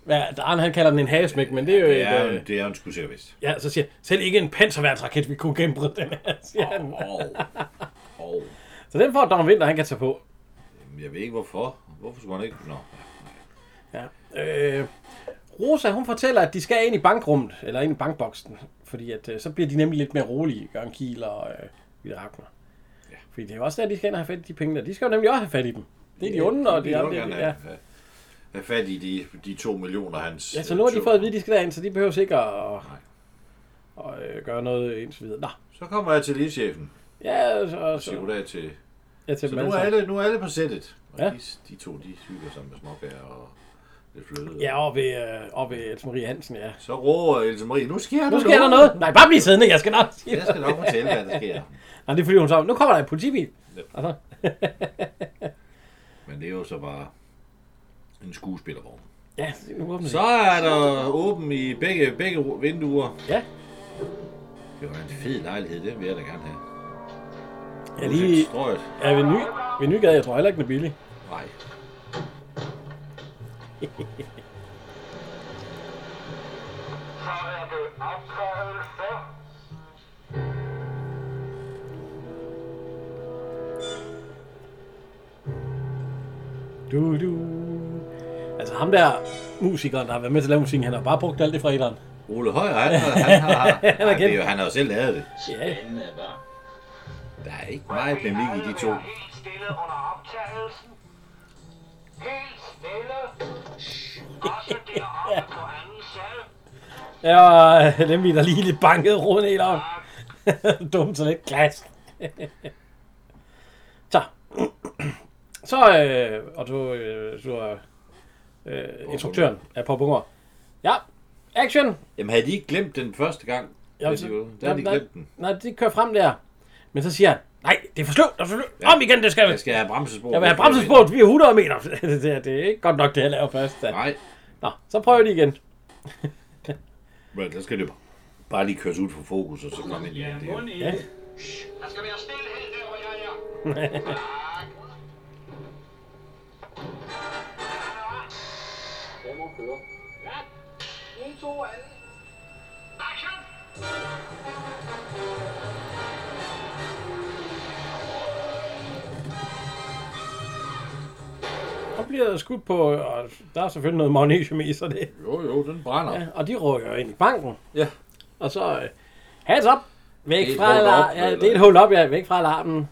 S1: hvad, Arne, han kalder den en hagesmæk, men det er jo...
S2: Det er,
S1: et, øh,
S2: jo- det er jo en skudser vist.
S1: Ja, så siger jeg, selv ikke en panserværnsraket, vi kunne gennembrød den her, siger han.
S2: Åh, åh.
S1: Så den får Dom Vinter, han kan tage på.
S2: Jamen, Jeg ved ikke hvorfor. Hvorfor skulle han ikke? Nå.
S1: Ja. Øh, Rosa, hun fortæller, at de skal ind i bankrummet, eller ind i bankboksen, fordi at, øh, så bliver de nemlig lidt mere rolige, Jørgen Kiel og øh, Ville Ragnar. Ja. Fordi det er jo også der, de skal ind og have fat i de penge der. De skal jo nemlig også have fat i dem. Det er de onde, og
S2: vil
S1: det er
S2: jo
S1: det,
S2: gerne
S1: ja.
S2: have- have- Have fat i de, de to millioner hans...
S1: Ja, så nu har
S2: øh,
S1: de
S2: tog.
S1: fået at vide, at de skal derind, så de behøver sikkert at, at, øh, gøre noget indtil videre. Nå,
S2: Så kommer jeg til ligchefen.
S1: ja, så, og
S2: Og siger
S1: så,
S2: goddag til...
S1: ja, til dem
S2: Så nu
S1: alle
S2: er
S1: sammen.
S2: alle, nu er alle på sættet. Og
S1: Ja.
S2: ja. de, de to, de hygger sig med småkager og lidt fløde.
S1: Ja, og ved, øh, og ved Else Marie Hansen, ja.
S2: Så råber Else Marie, nu sker der
S1: Nu sker der noget. Nej, bare bliv siddende, jeg skal nok sige
S2: Jeg skal nok fortælle, hvad der sker.
S1: Nej, det er fordi, hun så, nu kommer der en politibil.
S2: Ja.
S1: Og så,
S2: Men det er jo så bare en skuespillervogn.
S1: ja, nu åbner
S2: Så
S1: det.
S2: er der åben i begge, begge vinduer.
S1: Ja.
S2: Det var en fed lejlighed, det vil jeg da gerne have.
S1: Ja, lige
S2: Strøget.
S1: er ved, ny, ved Nygade, jeg tror heller ikke, den er billig.
S2: Nej.
S1: Du, du. Altså ham der musikeren, der har været med til at lave musikken, han har bare brugt alt det fra etteren.
S2: Ole Højer, han, har- han har, han,
S1: er
S2: har, det er
S1: kendt.
S2: jo, han har jo selv lavet det.
S1: Ja,
S3: spændende, hva'?
S2: Der er ikke meget polemik i de to.
S7: Helt stille under optagelsen. Helt stille. Også deroppe på anden sal.
S1: ja og dem vi der lige lidt banket rundt helt op. Dumt sådan lidt glas. så. så, øh, og du, øh, du er øh, instruktøren af Pop Unger. Ja, action!
S2: Jamen havde de ikke glemt den første gang?
S1: Jamen,
S2: Jamen,
S1: så-
S2: de, var- der havde de
S1: jamen,
S2: glemt den.
S1: Nej, det kører frem der. Men så siger han, nej, det er for sløvt, det er for sløvt. Om igen, det skal vi.
S2: Jeg skal have bremsespor.
S1: Jeg vil have bremsesporet, vi er 100 meter. det, er, det er ikke godt nok, det jeg laver først. Da.
S2: Nej,
S1: Nå, så prøver de igen.
S2: men der skal det bare lige køres ud fra fokus, og så komme ind igen. Det er jo-
S1: Ja.
S7: Der skal være stille helt der, hvor jeg er.
S4: jeg må køre.
S7: En, to, anden. Action!
S1: Og bliver der skudt på, og der er selvfølgelig noget magnesium i, så det.
S2: Jo, jo, den brænder.
S1: Ja, og de røger ind i banken.
S2: Ja.
S1: Og så, øh, hands up, væk
S2: Det er et
S1: fra
S2: hold
S1: alarmen.
S2: op,
S1: Ja,
S2: eller-
S1: det er et hold op, ja, væk fra alarmen.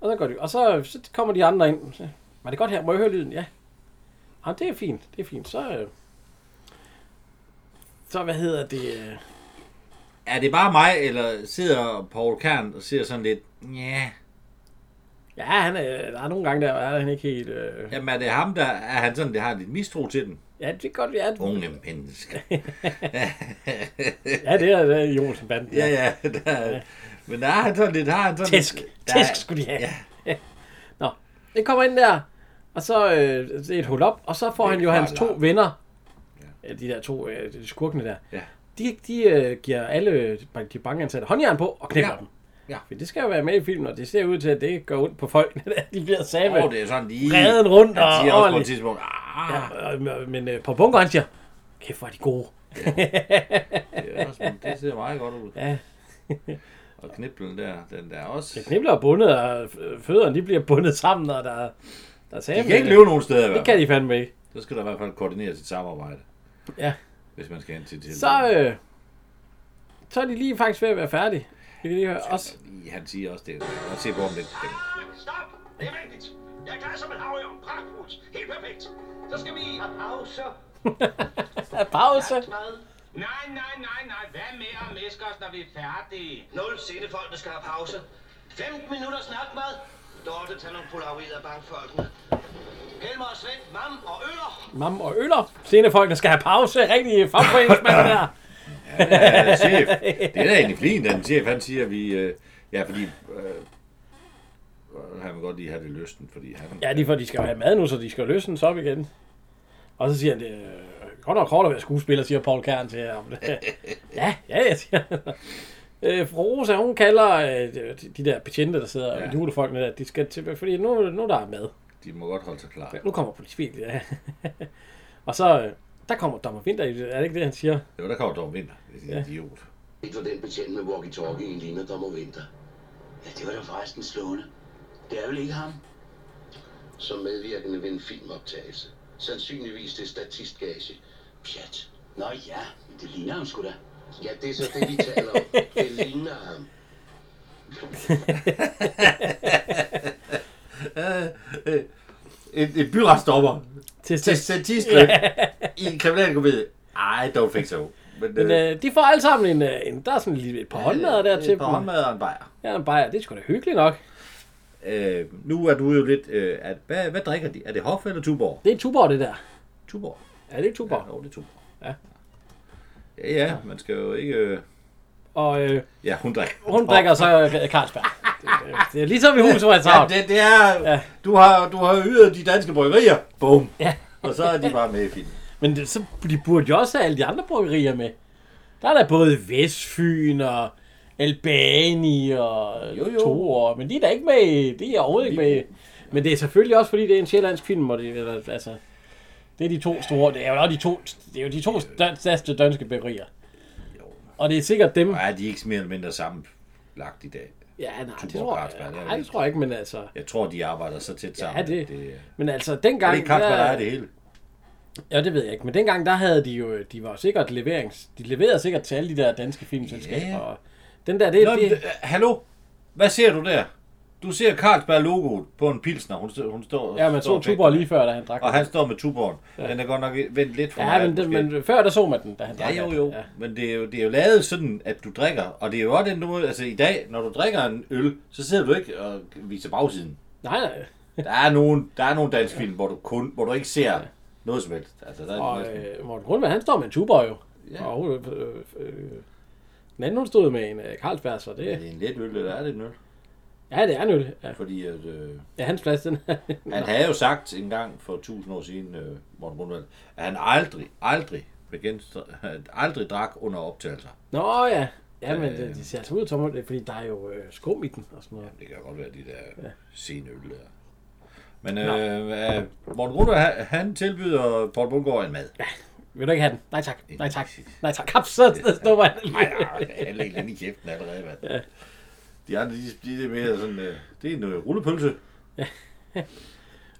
S1: Og så går de, og så, så kommer de andre ind. Så, Var det godt her? Må jeg høre lyden? Ja. Ja, det er fint, det er fint. Så, øh, så hvad hedder det? øh,
S2: Er det bare mig, eller sidder Paul Kern og ser sådan lidt, ja,
S1: Ja, han er, der er nogle gange, der er han ikke helt... Øh,
S2: jamen er det ham, der er han sådan, der har lidt mistro til den?
S1: ja, det kan godt være, at
S2: Unge mennesker.
S1: Ja, det er, det er Jonsen Banden.
S2: ja, ja, der, er- men der er han sådan lidt, har han sådan
S1: Tæsk.
S2: lidt... der er-
S1: Tæsk skulle de have. Ja. Nå, det kommer ind der, og så øh, det er et hul op, og så får
S2: Det er
S1: han jo
S2: klart,
S1: hans to
S2: Lars.
S1: venner. Ja. De der to øh, de skurkene der.
S2: Ja.
S1: De, de øh, giver alle de bankansatte håndjern på og knækker
S2: Ja.
S1: dem.
S2: Ja.
S1: For det skal jo være med i filmen, og det ser ud til, at det gør ondt på folk. de bliver samme.
S2: Åh, det er sådan lige...
S1: Reden rundt
S2: Han
S1: og
S2: siger også på et
S1: ordentligt.
S2: tidspunkt,
S1: Ah. Ja, øh, men øh, på bunker, han siger, kæft, hvor er de gode.
S2: Det, er også, det ser meget godt ud.
S1: Ja.
S2: Og kniblen der, den der også.
S1: Det knibler og bundet, og øh, fødderne de bliver bundet sammen, og der, der er
S2: De kan ikke leve nogen steder i
S1: Det
S2: hvert
S1: kan
S2: fald.
S1: de fandme ikke.
S2: Så skal der i hvert fald koordinere sit samarbejde.
S1: Ja.
S2: Hvis man skal hen til til.
S1: Så, øh, så er de lige faktisk ved at være færdige. Vi kan lige høre også.
S2: Han siger også det. Jeg kan godt se på ham lidt.
S7: Stop! Det er Altså, vigtigt. Jeg er klar som en havørn. Pragtfuldt. Helt perfekt. Så skal vi have pause.
S1: Pause.
S7: Hvad? Nej, nej, nej, nej. Hvad med at læske os, når vi er færdige? Nul scenefolkene skal have pause. 15 minutter snart mad. Dorte, tag nogle polaroider af bankfolkene. Helmer og Svend, Mam og Øller.
S1: Mam og Øller. Scenefolkene skal have pause. Rigtig fagforeningsmænd der.
S2: Ja, chef. Det er da egentlig flin, den chef, han siger, at vi... Øh, ja, fordi... Øh, han vil godt lige have det lysten, fordi han...
S1: Ja, de, for de skal jo have mad nu, så de skal løse den så op igen. Og så siger han, det er godt nok hårdt at være skuespiller, siger Paul Kern til ham. ja, ja, jeg siger han. Øh, fru Rosa, hun kalder øh, de- de der betjente, der sidder ja.
S2: Ja.
S1: og julefolkene der, de skal til, fordi nu, nu der er mad.
S2: De må godt holde sig klar.
S1: Nu kommer politiet, ja. og så, øh, der kommer dommer Vinter, i det. er det ikke det, han siger?
S2: Jo, der kommer Dom Vinter. Det er en idiot.
S5: Ikke for den betjent med walkie-talkie'en ligner dommer Winter. Ja, det var da forresten slående. Det er vel ikke ham? Som medvirkende ved en filmoptagelse. Sandsynligvis til statistgage. Pjat. Nå ja, men det ligner ham sgu da. Ja, det er så det, vi taler om. Det ligner ham.
S2: Et, et byretsdommer
S1: Til,
S2: til statistløb i en kriminalkomedie. Ej, don't think so. Men,
S1: Men øh, de får alle sammen en, øh, en der er sådan lige et par håndmadder der til
S2: på
S1: dem.
S2: håndmad og en bajer.
S1: Ja, en bajer. Det er sgu da hyggeligt nok.
S2: Øh, nu er du jo lidt... Øh, at, hvad, hvad drikker de? Er det Hoff eller Tuborg?
S1: Det er Tuborg, det der.
S2: Tuborg.
S1: Ja, det er Tuborg.
S2: Jo, det er Tuborg.
S1: Ja.
S2: Ja, ja, man skal jo ikke... Øh...
S1: Og øh,
S2: Ja, hun drikker.
S1: hun drikker så øh, Carlsberg. Det, det, det er ligesom i huset, hvor jeg
S2: Ja,
S1: tager.
S2: det, det er...
S1: Ja.
S2: Ja. Du, har, du har ydet de danske bryggerier. Bum.
S1: Ja.
S2: Og så er de bare med i filmen.
S1: Men det, så de burde jo også have alle de andre bryggerier med. Der er der både Vestfyn og Albani og
S2: Jo, jo.
S1: Tor, men de er da ikke med i, de er overhovedet ikke med i. Men det er selvfølgelig også, fordi det er en sjællandsk film, og det, eller, altså, det er de to store, det er jo nok de to, det er jo de to stør- største danske bryggerier. Og det er sikkert dem.
S2: Nej, de er ikke mere eller mindre sammenlagt i dag.
S1: Ja, nej, det
S2: Tuborg
S1: tror
S2: Carlsberg,
S1: jeg,
S2: det er
S1: nej, det
S2: det.
S1: tror jeg ikke, men altså,
S2: Jeg tror, de arbejder så tæt sammen.
S1: ja, det,
S2: at det er-
S1: men altså,
S2: er
S1: dengang,
S2: det ikke Carlsberg, der
S1: der-
S2: er det hele?
S1: Ja, det ved jeg ikke. Men dengang, der havde de jo, de var jo sikkert leverings... De leverede sikkert til alle de der danske filmselskaber.
S2: Ja.
S1: Og den der, det,
S2: Nå, men,
S1: det,
S2: øh, hallo? Hvad ser du der? Du ser Carlsberg-logoet på en pilsner. Hun, stå- hun står,
S1: ja, man
S2: står
S1: så
S2: og
S1: Tuborg
S2: vægter.
S1: lige før, da han drak
S2: Og
S1: den.
S2: han står med tuboren. Ja. Den er godt nok vendt lidt for
S1: Ja,
S2: meget.
S1: men, den,
S2: måske.
S1: men før der så man den, da han drak
S2: Ja, jo,
S1: den.
S2: jo. Ja. Men det er jo, det er jo lavet sådan, at du drikker. Og det er jo også den måde, altså i dag, når du drikker en øl, så sidder du ikke og viser bagsiden.
S1: Nej, nej.
S2: Der er nogen, der er nogen dansk film, hvor du, kun, hvor du ikke ser ja. noget som helst. Altså, der er
S1: Og
S2: øh,
S1: øh, Morten Grundvand, han står med en Tuborg jo.
S2: Ja.
S1: Og hun, øh, øh, den anden, hun stod med en øh, Carlsberg, så
S2: er
S1: det...
S2: det en let øl, eller er det en øl?
S1: Ja, det er en øl. Ja,
S2: Fordi at, øh,
S1: ja hans plads, den
S2: han havde jo sagt en gang for tusind år siden, øh, Morten Grundvald, at han aldrig, aldrig, begenstr- at aldrig drak under optagelser.
S1: Nå ja. Ja, men øh, de ser altså ud, Tom, fordi der er jo øh, skum i den og sådan noget.
S2: Det kan godt være de der ja. sene øl der. Men øh, øh, Morten Grundvald, han, han tilbyder Poul Bundgaard en mad.
S1: Vil du ikke have den? Nej tak. Nej tak. Nej tak. Kap, så står man.
S2: Han lægger lige i kæften allerede, mand. Ja. De andre, de, de er mere sådan, øh, det er en øh, rullepølse.
S1: Og
S2: Der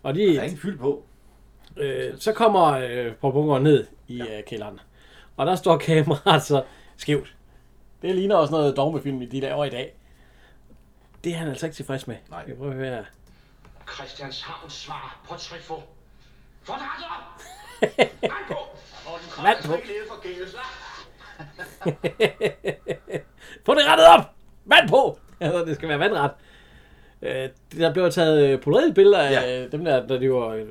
S2: er
S1: de,
S2: ingen fyld på.
S1: øh, så kommer øh, Paul Bunker ned i ja. øh, kælderen. Og der står kameraet så skævt. Det ligner også noget dogmefilm, de laver i dag. Det er han altså ikke tilfreds med.
S2: Nej.
S1: Vi prøver at høre her.
S7: Christianshavn svar på Trifo. For dig op! Mand på! Og den
S1: Mand
S7: kolde
S1: på.
S7: skal ikke leve forgæves.
S1: Få det rettet op! Vand på! Altså, det skal være vandret. Øh, der blev taget øh, polaroid billeder af
S2: Ja.
S1: øh, dem der, der de var... Øh, øh,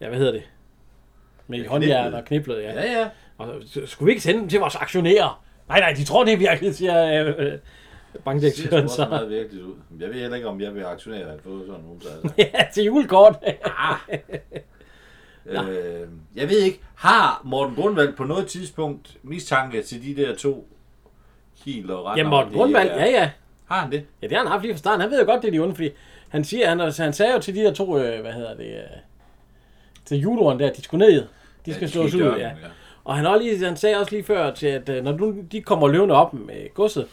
S1: ja, hvad hedder det? Med håndjern og kniblet, ja.
S2: Ja, ja.
S1: Og så skulle vi ikke sende dem til vores aktionærer? Nej, nej, de tror det er virkelig, siger øh, øh,
S2: Det ser sgu
S1: bankdirektøren
S2: også
S1: så.
S2: meget virkeligt ud. Jeg ved heller ikke, om jeg vil aktionere at få sådan nogen. Så, altså.
S1: Ja, til julekort.
S2: øh, jeg ved ikke, har Morten Grundvald på noget tidspunkt mistanke til de der to Kiel og Randers?
S1: ja, Morten Grundvald, ja, ja.
S2: Har han det?
S1: Ja, altså, det har han haft lige fra starten. Han ved jo godt, det er de onde, fordi han, siger, han, han sagde jo til de der to, øh, hvad hedder det, øh, til judoen der, de skulle ned. De skal
S2: de
S1: ja,
S2: skal i
S1: slås ud,
S2: døren,
S1: ja.
S2: ja.
S1: Og han, også lige, han sagde også lige før, til, at øh, når nu de kommer løvende op med godset,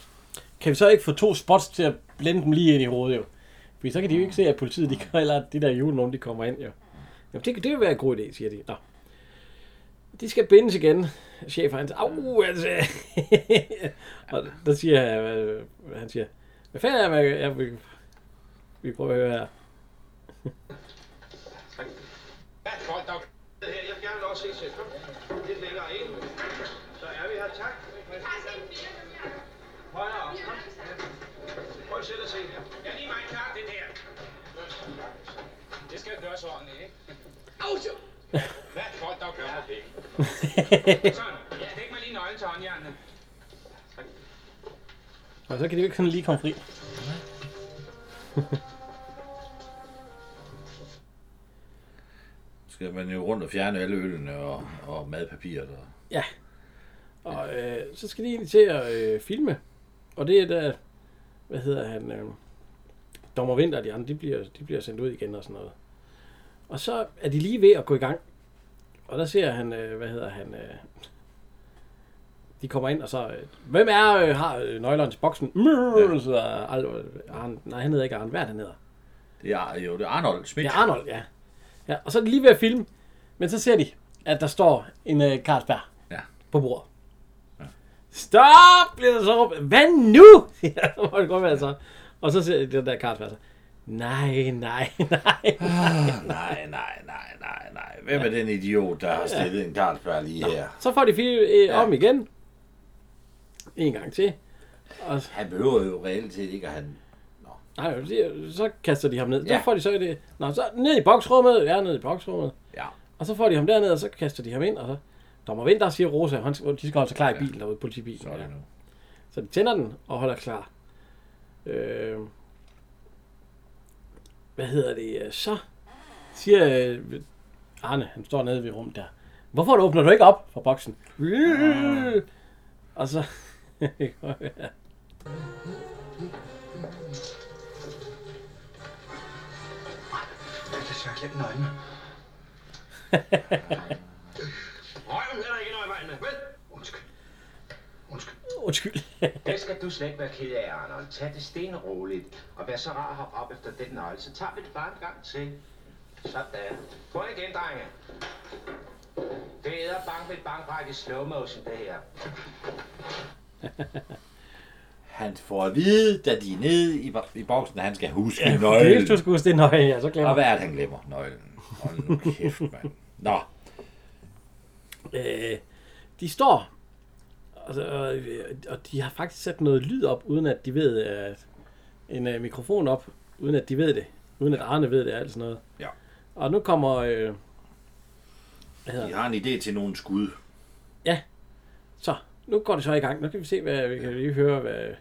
S1: kan vi så ikke få to spots til at blende dem lige ind i hovedet, jo? Fordi så kan de jo ikke se, at politiet, de, kan- eller at de der julenogen, de kommer ind, jo. Jamen, det, kan- det vil være en god idé, siger de. Nå. De skal bindes igen. Chef, han siger, au, altså. og der siger øh, han, siger, hvad fanden er det, jeg, vi, vi prøver at høre her.
S7: Hvad folk dog? Det her, jeg vil gerne også se selv. Lidt længere ind. Så er vi her. Tak. Højere op. Kom. Prøv selv at se her. Ja, lige meget klart det der. Det skal gøres ordentligt, ikke? Au, så. Hvad folk dog gør med penge? Sådan. Ja, Stik mig lige nøglen til håndjernet.
S1: Og så kan de jo ikke sådan lige komme fri.
S2: skal man jo rundt og fjerne alle ølene og, og madpapiret. Og...
S1: Ja. Og øh, så skal de egentlig til at øh, filme. Og det er da, hvad hedder han, øh, Dommer Vinter og de andre, de bliver, de bliver sendt ud igen og sådan noget. Og så er de lige ved at gå i gang. Og der ser han, øh, hvad hedder han, øh, de kommer ind, og så, øh, hvem er, øh, har øh, nøgleren til boksen? Ja. Så, er Al- Arne, nej, han hedder ikke Arne, hvad er det, han hedder?
S2: Det er jo det er Arnold Schmidt.
S1: Ja, Arnold, ja. ja. Og så er de lige ved at filme, men så ser de, at der står en øh, Carlsberg
S2: Ja.
S1: på bordet. Stop! bliver der så råbt. Hvad nu? Ja, så må det godt være så. Og så ser jeg den der Carlsberg så. Nej, nej, nej, nej.
S2: Nej, nej, nej, nej, nej. Hvem er den idiot, der har stillet en Carlsberg lige her?
S1: Så får de fire øh, om igen. En gang til. Og,
S2: Han behøver jo reelt set ikke at han...
S1: nej, så- så kaster de ham ned. Ja.
S2: Ja.
S1: Så får de så i det. Nå, så ned i boksrummet. Ja, ned i boksrummet.
S2: Ja.
S1: Og så får de ham derned, og så kaster de ham ind, og så... Dommer Vinter siger Rosa, hun, de skal holde sig klar i bilen derude, politibilen.
S2: Så er det
S1: ja.
S2: nu.
S1: Så de tænder den og holder klar. Øh, hvad hedder det øh, så? Siger øh, Arne, han står nede ved rummet der. Hvorfor åbner du ikke op for boksen? Øh, og så...
S7: Jeg kan svært glemt nøglen. Røven er der ikke noget i vejen med. Vel? Undskyld. Undskyld.
S1: Undskyld.
S6: Det skal du slet ikke være ked af, Arnold. Tag det stenroligt. Og vær så rar at hoppe op efter den nøgle, så tager vi det bare en gang til.
S7: Sådan. Prøv igen, drenge. Det er bank med bankrække i slow motion, det her.
S2: Han får at vide, da de er nede i, bo- i boksen, at han skal huske ja,
S1: Hvis
S2: nøglen.
S1: du skulle huske det nøje, ja, så glemmer
S2: Og hvad er det, han glemmer? Nøglen. Hold nu kæft, mand. Nå,
S1: øh, de står, og, så- og, og de har faktisk sat noget lyd op, uden at de ved, at en øh, mikrofon op, uden at de ved det, uden at Arne ved det, og alt sådan noget.
S2: Ja.
S1: Og nu kommer, øh, hvad hedder
S2: de har en idé til nogle skud.
S1: så, nu går det så i gang. Nu kan vi se, hvad vi kan lige høre, hvad...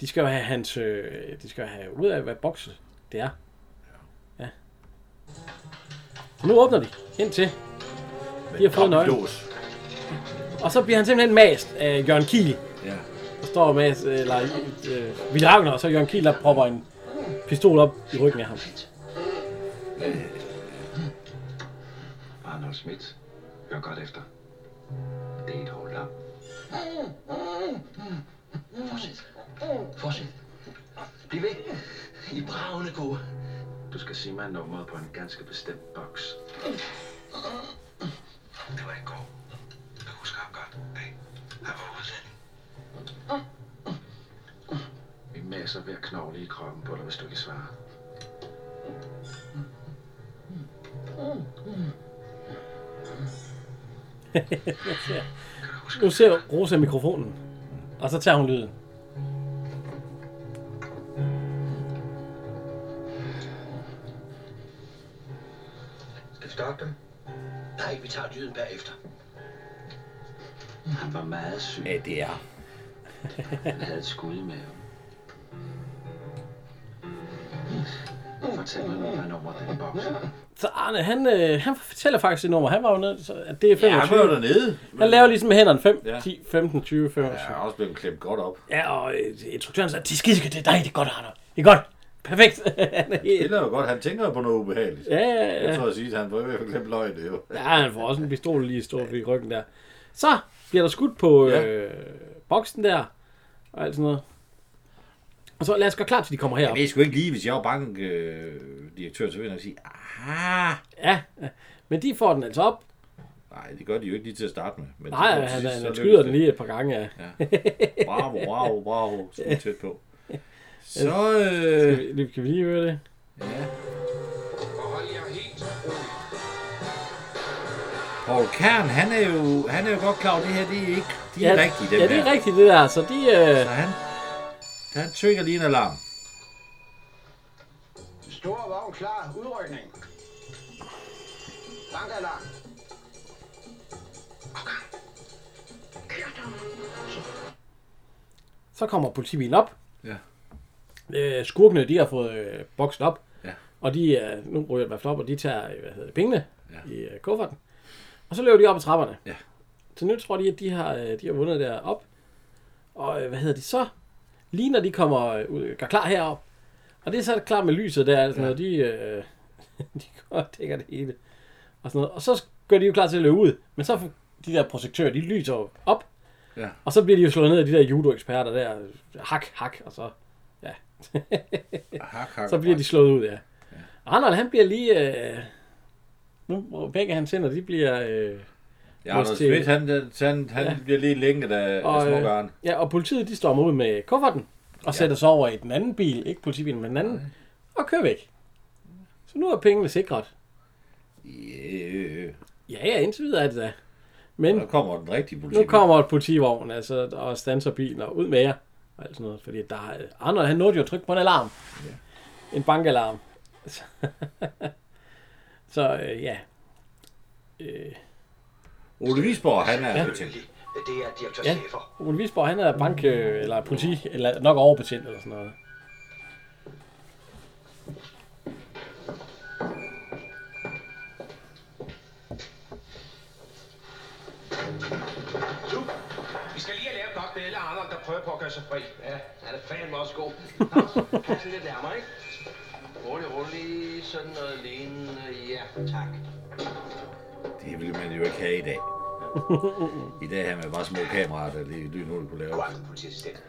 S1: De skal jo have hans... Øh, de skal jo have ud af, hvad bokse det er. Ja. Så nu åbner de indtil.
S2: Med
S1: De har fået nøglen.
S2: dobbeltlås.
S1: Og så bliver han simpelthen mast af Jørgen Kiel.
S2: Ja.
S1: Der står med, øh, eller øh, Ville Ragnar, og så Jørgen Kiel, der propper en pistol op i ryggen af ham.
S6: Arnold Schmidt, hør godt efter. Det er et hold op.
S7: Fortsæt. Fortsæt. Bliv ved. I er bravende gode.
S6: Du skal sige mig nummeret på en ganske bestemt boks.
S7: Det var ikke god. Jeg husker ham godt. Hey, han var udlænding.
S6: Vi masser ved at knogle i kroppen på dig, hvis du ikke svarer.
S1: Nu ser Rosa mikrofonen, og så tager hun lyden.
S7: Skal vi stoppe dem? Nej, vi tager lyden bagefter.
S5: Han var meget syg.
S2: Ja, det er.
S5: Han havde et skud i maven. Fortæl mig nu, hvad nummer den boks er.
S1: Så Arne, han, øh, han fortæller faktisk det nummer. Han var jo nede, så, at det er 25.
S2: Ja, han var jo dernede.
S1: Han laver ligesom med hænderne 5, ja.
S2: Ja.
S1: 10, 15, 20, 25.
S2: Ja, han er også blevet klemt godt op.
S1: Ja, og øh, instruktøren sagde, det er skide, det er dig, det er godt, Arne. Det er godt. Perfekt.
S2: Det er jo godt. Han tænker jo på noget ubehageligt.
S1: Ja, ja, ja.
S2: Jeg tror at sige, at han får i hvert fald glemt løgn, det er jo.
S1: ja, han får også en pistol lige stå i ryggen der. Så bliver der skudt på
S2: Ja.
S1: ja. øh, boksen der, og alt sådan noget. Og så lad os gøre klar, til de kommer
S2: Jeg
S1: herop.
S2: ved sgu ikke lige, hvis øh, jeg var bankdirektør, så ville jeg nok sige, ah,
S1: Ja, ja. men de får den altså op.
S2: nej, det gør de jo ikke lige til at starte med. Men
S1: Nej,
S2: til
S1: han,
S2: sidst,
S1: han, han
S2: så lykkes
S1: skyder
S2: det.
S1: den lige et par gange. Ja.
S2: Ja. Bravo, bravo, bravo. Skud tæt på. Så, øh,
S1: Skal vi, kan vi lige høre det?
S2: ja.
S4: Og hold jer helt roligt.
S2: Paul Kern, han er jo, han er jo godt klar over, det her, det er ikke, de er rigtige, dem
S1: Ja, det er
S2: her.
S1: rigtigt det der. Så de, øh,
S2: Så han, han trykker lige en alarm.
S4: Stor vogn klar. Udrykning. Bankalarm.
S1: så kommer politibilen op.
S2: Ja.
S1: Øh, skurkene, de har fået øh, boksen op.
S2: Ja.
S1: Og de er, nu ryger jeg i hvert fald op, og de tager, øh, hvad hedder det, pengene
S2: Ja.
S1: ja. i øh, kufferten. Og så løber de op ad trapperne.
S2: Ja.
S1: Så nu tror de, at de har, øh, de har vundet derop. Og øh, hvad hedder de så? Lige når de kommer øh, ud, gør klar herop. Og det er så klar med lyset der, altså, ja. når de, øh, de godt dækker det hele. Og, sådan noget. og så gør de jo klar til at løbe ud. Men så får de der projektører, de lyser jo op.
S2: Ja.
S1: Og så bliver de jo slået ned af de der judo-eksperter der. Hak, hak, og så... Ja.
S2: Hak, hak,
S1: så bliver de slået ud, ja. Og Arnold, han bliver lige... Øh, nu, hvor begge hans hænder, de bliver... Øh,
S2: Ja, Anders
S1: til-
S2: Schmidt, han, han, han ja. bliver lige lænket af, af
S1: og,
S2: smukkeren.
S1: ja, og politiet, de stormer ud med kufferten. Og ja. sætter sig over i den anden bil. Ikke politibilen, men den anden. Og kører væk. Så nu er pengene sikret.
S2: Yeah.
S1: Ja, ja, indtil videre er det da. Men
S2: Der kommer den rigtige politi.
S1: nu kommer et politivogn, altså, og standser bilen, og ud med jer. Og alt sådan noget, fordi der er... Arnold, han nåede jo at trykke på en alarm. Ja. En bankalarm. Så, så øh, ja. Øh,
S2: Ole Visborg, han er ja.
S7: Det er direktør
S1: Ja.
S7: Schäfer.
S1: Ole Visborg, han er bank, øh, eller politi, eller nok overbetjent eller sådan noget.
S7: Du, vi skal lige have lavet godt billede af Arnold, der prøver på at gøre sig fri.
S4: Ja,
S7: Han er fandme også god. Pas lidt nærmere, ikke?
S5: Rolig, rolig, sådan noget lignende. Ja, tak.
S2: Det ville man jo ikke have i dag. I dag har man bare små kameraer, der lige lynhul kunne lave.
S6: God aften, politiassistent.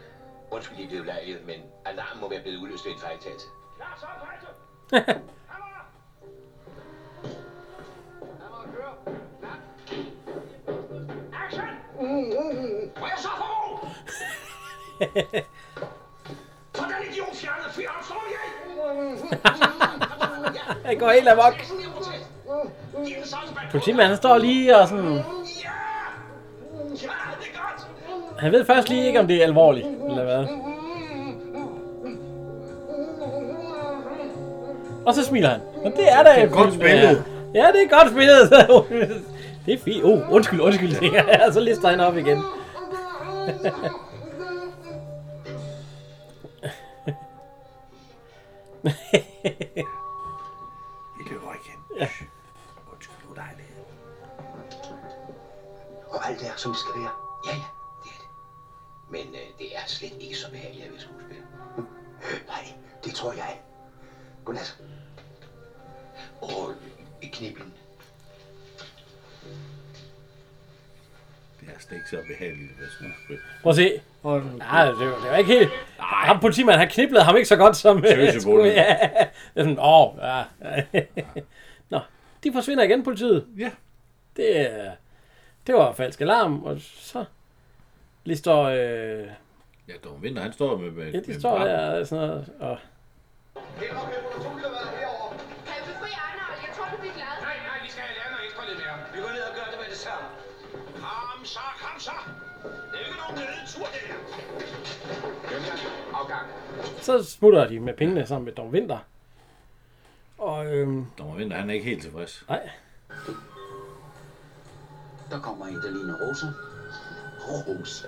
S6: Undskyld, I blev ulejligt, men alarmen må være blevet udløst ved en fejltagelse.
S7: Klar, så er Må jeg så få ro? For den idiot fjernede fyren, slår jeg!
S1: Han går helt amok.
S7: Sådan en protest. Giv den så en spand.
S1: Politimanden han står lige og sådan...
S7: Ja! Ja, det er godt!
S1: Han ved først lige ikke, om det er alvorligt, eller hvad. Og så smiler han. Og det er da det er
S2: godt spillet.
S1: Ja, det er godt spillet. sagde Ole. det er fint. Oh, undskyld, undskyld. tænker jeg. Og så lister han op igen.
S2: Vi løber igen. Undskyld, nu dig det.
S6: Og alt er, som det skal være. Ja, ja, det er det. Men øh, det er slet ikke så behageligt at være skuespiller. Nej, det tror jeg. Godnat. Og øh, kniblen.
S2: Det er slet ikke så behageligt at være skuespil.
S1: Prøv at se. Nej, det var, det var ikke helt... Ham politimanden, han kniblede ham ikke så godt som... øh,
S2: Tøsebolle.
S1: skulle- Ja, Det er sådan, åh, ja. Nå, de forsvinder igen, politiet.
S2: Ja.
S1: Det, er- det var falsk alarm, og så lige står... Øh,
S2: Ja, Dorm Vinter, han står med... med
S1: ja,
S2: med
S1: de står
S2: barten.
S1: der og sådan noget, og...
S10: Kan vi befri Arnold? Jeg tror, du bliver glad.
S7: Nej, nej, vi skal have lavet noget ekstra lidt mere. Vi går ned og gør det med det samme. Kom så, kom så! Det er jo ikke nogen nødetur, det her.
S4: Afgang.
S1: Så smutter de med pengene sammen med Dom Vinter. Og øhm,
S2: Dorm Vinter, han er ikke helt tilfreds.
S1: nej,
S5: Der kommer en, der ligner Rosa. Rosa.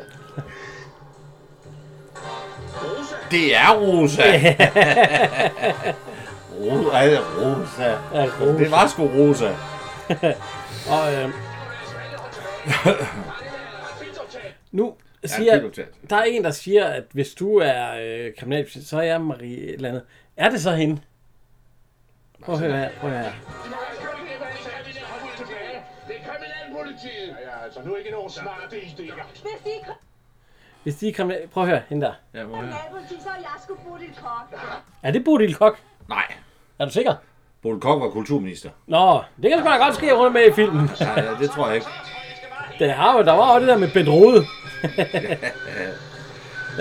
S2: Det er Rosa! Rosa, ej, Rosa.
S1: Ja, Rosa.
S2: Det var sgu Rosa.
S1: og øhm, nu
S2: det er
S1: siger,
S2: notat.
S1: der er en, der siger, at hvis du er øh, kriminalbetjent, så er jeg Marie et eller andet. Er det så hende? Prøv at høre her, prøv at høre her.
S4: Det er kriminalpolitiet! Ja, ja, altså nu ikke nogen smarte idéer.
S11: Hvis de ikke
S1: Hvis de kom... Prøv at høre, hende der.
S2: Ja, må
S11: har nabopolitik, så er jeg sgu brugt et kort.
S1: Er det Bodil Kok?
S2: Nej.
S1: Er du sikker?
S2: Bodil Kok var kulturminister.
S1: Nå, det kan sgu da godt ske, at hun er med i filmen.
S2: Ja, ja, det tror jeg ikke.
S1: Det har jo, der var jo det der med Bent Rode.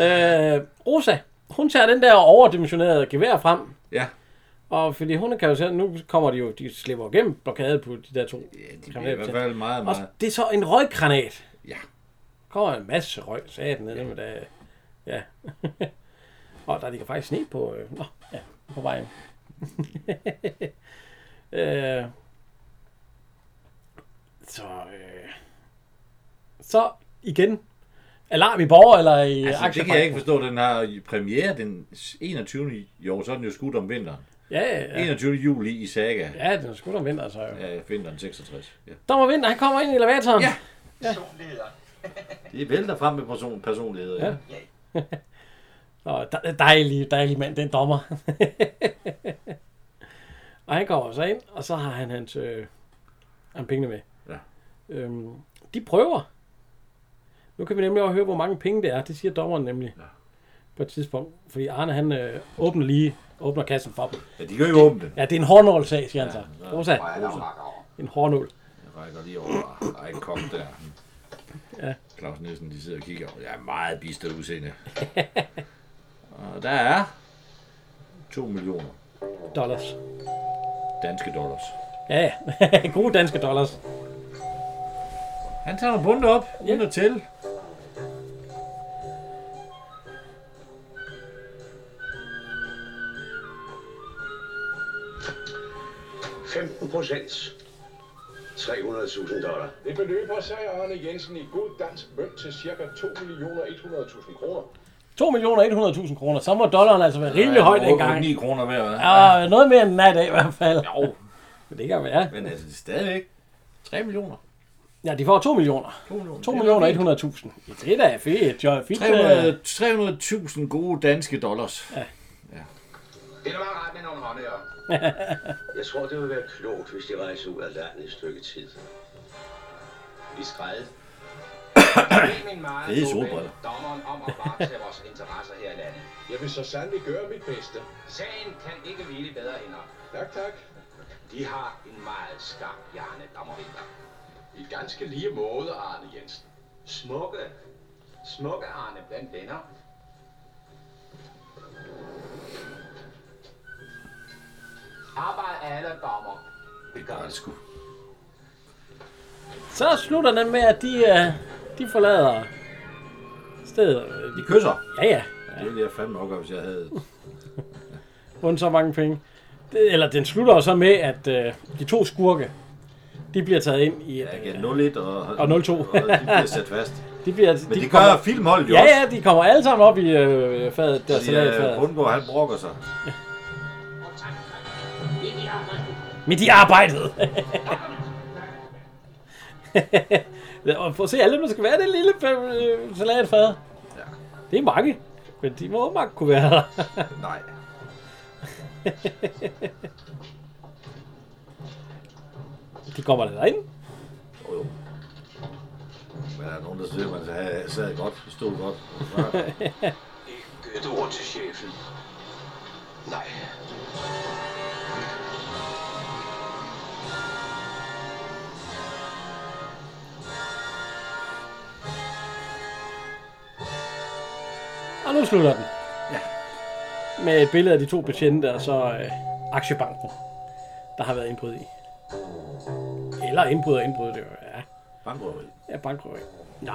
S1: øh, Rosa, hun tager den der overdimensionerede gevær frem.
S2: Ja.
S1: Og fordi hun kan jo selv, nu kommer de jo, de slipper jo igennem blokade på de der to.
S2: Ja, de bliver i
S1: kriminelle
S2: hvert
S1: betjente.
S2: fald meget,
S1: Og
S2: meget...
S1: det er så en røggranat.
S2: Ja.
S1: kommer en masse røg, satan ned med det. Ja. og der ligger faktisk sne på, øh, nå, ja, på vejen. øh, så, øh, så igen, alarm i borger eller i
S2: Altså, det kan
S1: aktiebranchen?
S2: jeg ikke forstå, den har premiere den 21. Jo, så er den jo skudt om vinteren.
S1: Ja, ja, ja.
S2: 21. juli i Saga.
S1: ja, den er sgu da vinter, så jo. Ja.
S2: Ja, vinteren 66. Ja.
S1: Dommer Vinter, han kommer ind i elevatoren.
S2: Ja.
S7: Personligheder.
S2: Det vælter frem med person, personligheder. Ja.
S1: Og de- dejlig, dejlig mand, den dommer. og han kommer så ind, og så har han hans øh, han pengene med.
S2: Ja.
S1: Øhm, de prøver. Nu kan vi nemlig også høre, hvor mange penge det er. Det siger dommeren nemlig ja. på et tidspunkt. Fordi Arne, han øh, åbner lige åbner kassen for dem.
S2: ja, de kan jo åbne den.
S1: Ja, det er en hårnålsag, siger han så. Rosa, en hårnål.
S2: Jeg rækker lige over. Ej, kom der.
S1: Ja.
S2: Claus Nielsen, de sidder og kigger over. Jeg er meget bistet udseende. og der er 2 millioner
S1: Dollars.
S2: danske dollars.
S1: Ja, ja. Gode danske dollars.
S2: Han tager nogle bunde op, uden at tælle.
S4: Det beløber sig Arne Jensen i god dansk mønt til ca. 2.100.000 kroner.
S1: 2.100.000 kroner. Så må dollaren altså være rimelig høj dengang.
S2: 9 kroner hver. hva'?
S1: Ja, noget mere end den er i dag i hvert fald.
S2: Jo,
S1: Men det kan være.
S2: men altså, det er stadigvæk 3 millioner.
S1: Ja, de får 2 millioner.
S2: 2 millioner.
S1: 2
S2: Det er
S1: millioner
S2: nok fint.
S1: 100.000. Ja, det er da fedt. Jo, fint. øh,
S2: 300 300.000 gode danske dollars. Ja.
S7: Det er da bare ret med nogle håndører.
S5: Jeg tror, det vil være klogt, hvis de rejser ud af landet et stykke tid.
S7: Vi skrædde.
S2: Fede solbriller.
S7: Dommeren om at varetage vores interesser her i landet.
S4: Jeg vil så sandelig gøre mit bedste.
S7: Sagen kan ikke hvile bedre end op.
S4: Tak, tak.
S7: De har en meget skarp hjerne, dommervinter.
S4: I ganske lige måde, Arne Jensen.
S7: Smukke. Smukke Arne blandt venner. Arbejde alle dommer.
S2: Det gør det sgu.
S1: Så slutter den med, at de, øh, de forlader stedet. Øh,
S2: De kysser.
S1: Ja, ja.
S2: Ja. Det ville jeg fandme nok, gøre, hvis jeg havde...
S1: Uden så mange penge. Det, eller den slutter jo så med, at øh, de to skurke, de bliver taget ind i...
S2: Jeg
S1: Øh,
S2: gav 01 og...
S1: Og 02.
S2: Og de bliver sat fast.
S1: de bliver,
S2: Men
S1: de
S2: det
S1: kommer-
S2: gør filmholdet jo
S1: Ja,
S2: også.
S1: ja, de kommer alle sammen op i øh, fadet, der
S2: Fordi øh,
S1: salatfadet.
S2: Bundgaard, han brokker sig.
S1: Men de arbejdede. Ja, og prøv at se alle, dem, der skal være i det lille øh, salatfad.
S2: Ja.
S1: Det er mange, men de må åbenbart kunne være der.
S2: Nej.
S1: De kommer da derind.
S2: Jo, jo. Men der er nogen, der siger, at man sad- sad godt, stod godt.
S5: Ikke et ord til chefen. Nej.
S1: Og nu slutter den. Ja. Med et billede af de to betjente, og så øh, aktiebanken, der har været indbrud i. Eller indbrud og indbrud, det er jo ja,
S2: Bankrøveri.
S1: ja, bankrøveri. Nå.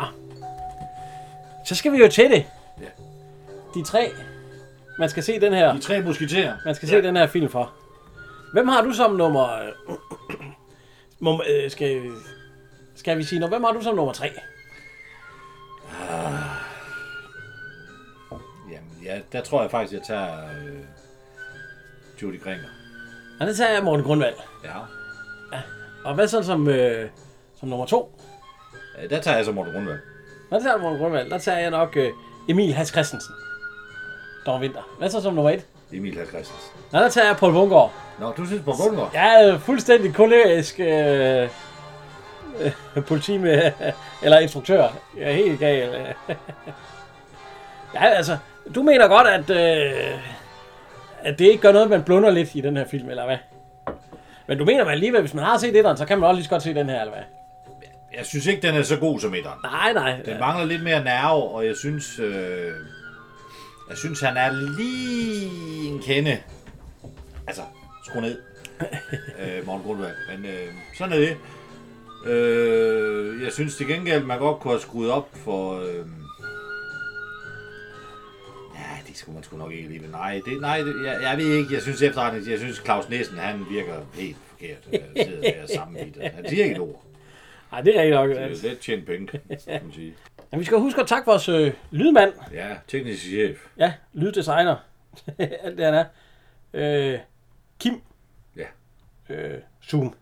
S1: Så skal vi jo til det.
S2: Ja.
S1: De tre. Man skal se den her,
S2: De tre musketerer.
S1: man skal se den her film for. Hvem har du som nummer... Øh, nummer øh, skal, skal vi sige noget? Hvem har du som nummer tre?
S2: Jamen, ja, der tror jeg faktisk, jeg tager øh, Judy Gringer.
S1: Og det tager jeg Morten Grundvald.
S2: Ja.
S1: Og hvad så som, øh, som nummer to?
S2: Øh, Der tager jeg så Morten Rundvald.
S1: Når det tager Morten Grundvald, der tager jeg nok øh, Emil Hans Christensen. Dom Vinter. Hvad så som nummer et?
S2: Emil H. Christensen.
S1: Nå, der tager jeg Paul Bungård.
S2: Nå, du synes på Bundgaard?
S1: Jeg er fuldstændig kolerisk øh, øh, politi med, eller instruktør. Jeg er helt gal. ja, altså, du mener godt, at, øh, at det ikke gør noget, at man blunder lidt i den her film, eller hvad? Men du mener man alligevel, hvis man har set etteren, så kan man også lige så godt se den her, eller hvad?
S2: Jeg synes ikke, den er så god som etteren.
S1: Nej, nej.
S2: Den mangler lidt mere nerve, og jeg synes... Øh, jeg synes, han er lige en kende... Altså, skru ned. øh, Morten Grundvand. Men øh, sådan er det. Øh, jeg synes til gengæld, man godt kunne have skruet op for... Øh, ja, det skulle man sgu nok ikke alligevel. Nej, det, nej det, jeg, jeg, ved ikke. Jeg synes efterretning... Jeg synes, Claus Nielsen, han virker helt forkert. Jeg sidder der sammenvittet. Han siger ikke et ord.
S1: Nej, det er rigtig nok.
S2: Det er let tjent penge, kan man sige.
S1: Men vi skal huske at takke vores øh, lydmand.
S2: Ja, teknisk chef.
S1: Ja, lyddesigner. Alt det, han er. Øh, Kim.
S2: Ja.
S1: Øh, Zoom.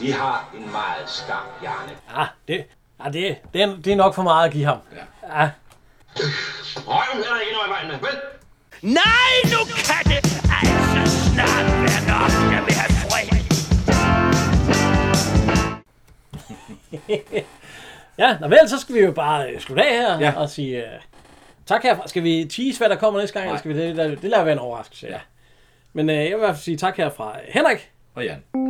S6: De har en meget skarp hjerne.
S1: Ja, Ah, det, ja, det, det, er, det er nok for meget at give ham. Ja. ja.
S7: Røven er der ikke noget i vejen med, vel?
S12: Nej, nu kan det altså snart være nok, jeg vil have fred.
S1: ja, nå vel, så skal vi jo bare øh, slutte af her
S2: Ja.
S1: ja. og sige øh, tak herfra. Skal vi tease, hvad der kommer næste gang? Eller skal vi, det, det, det lader være en overraskelse. Ja. Men øh, jeg vil i hvert fald sige tak herfra. Henrik
S2: Og Jan.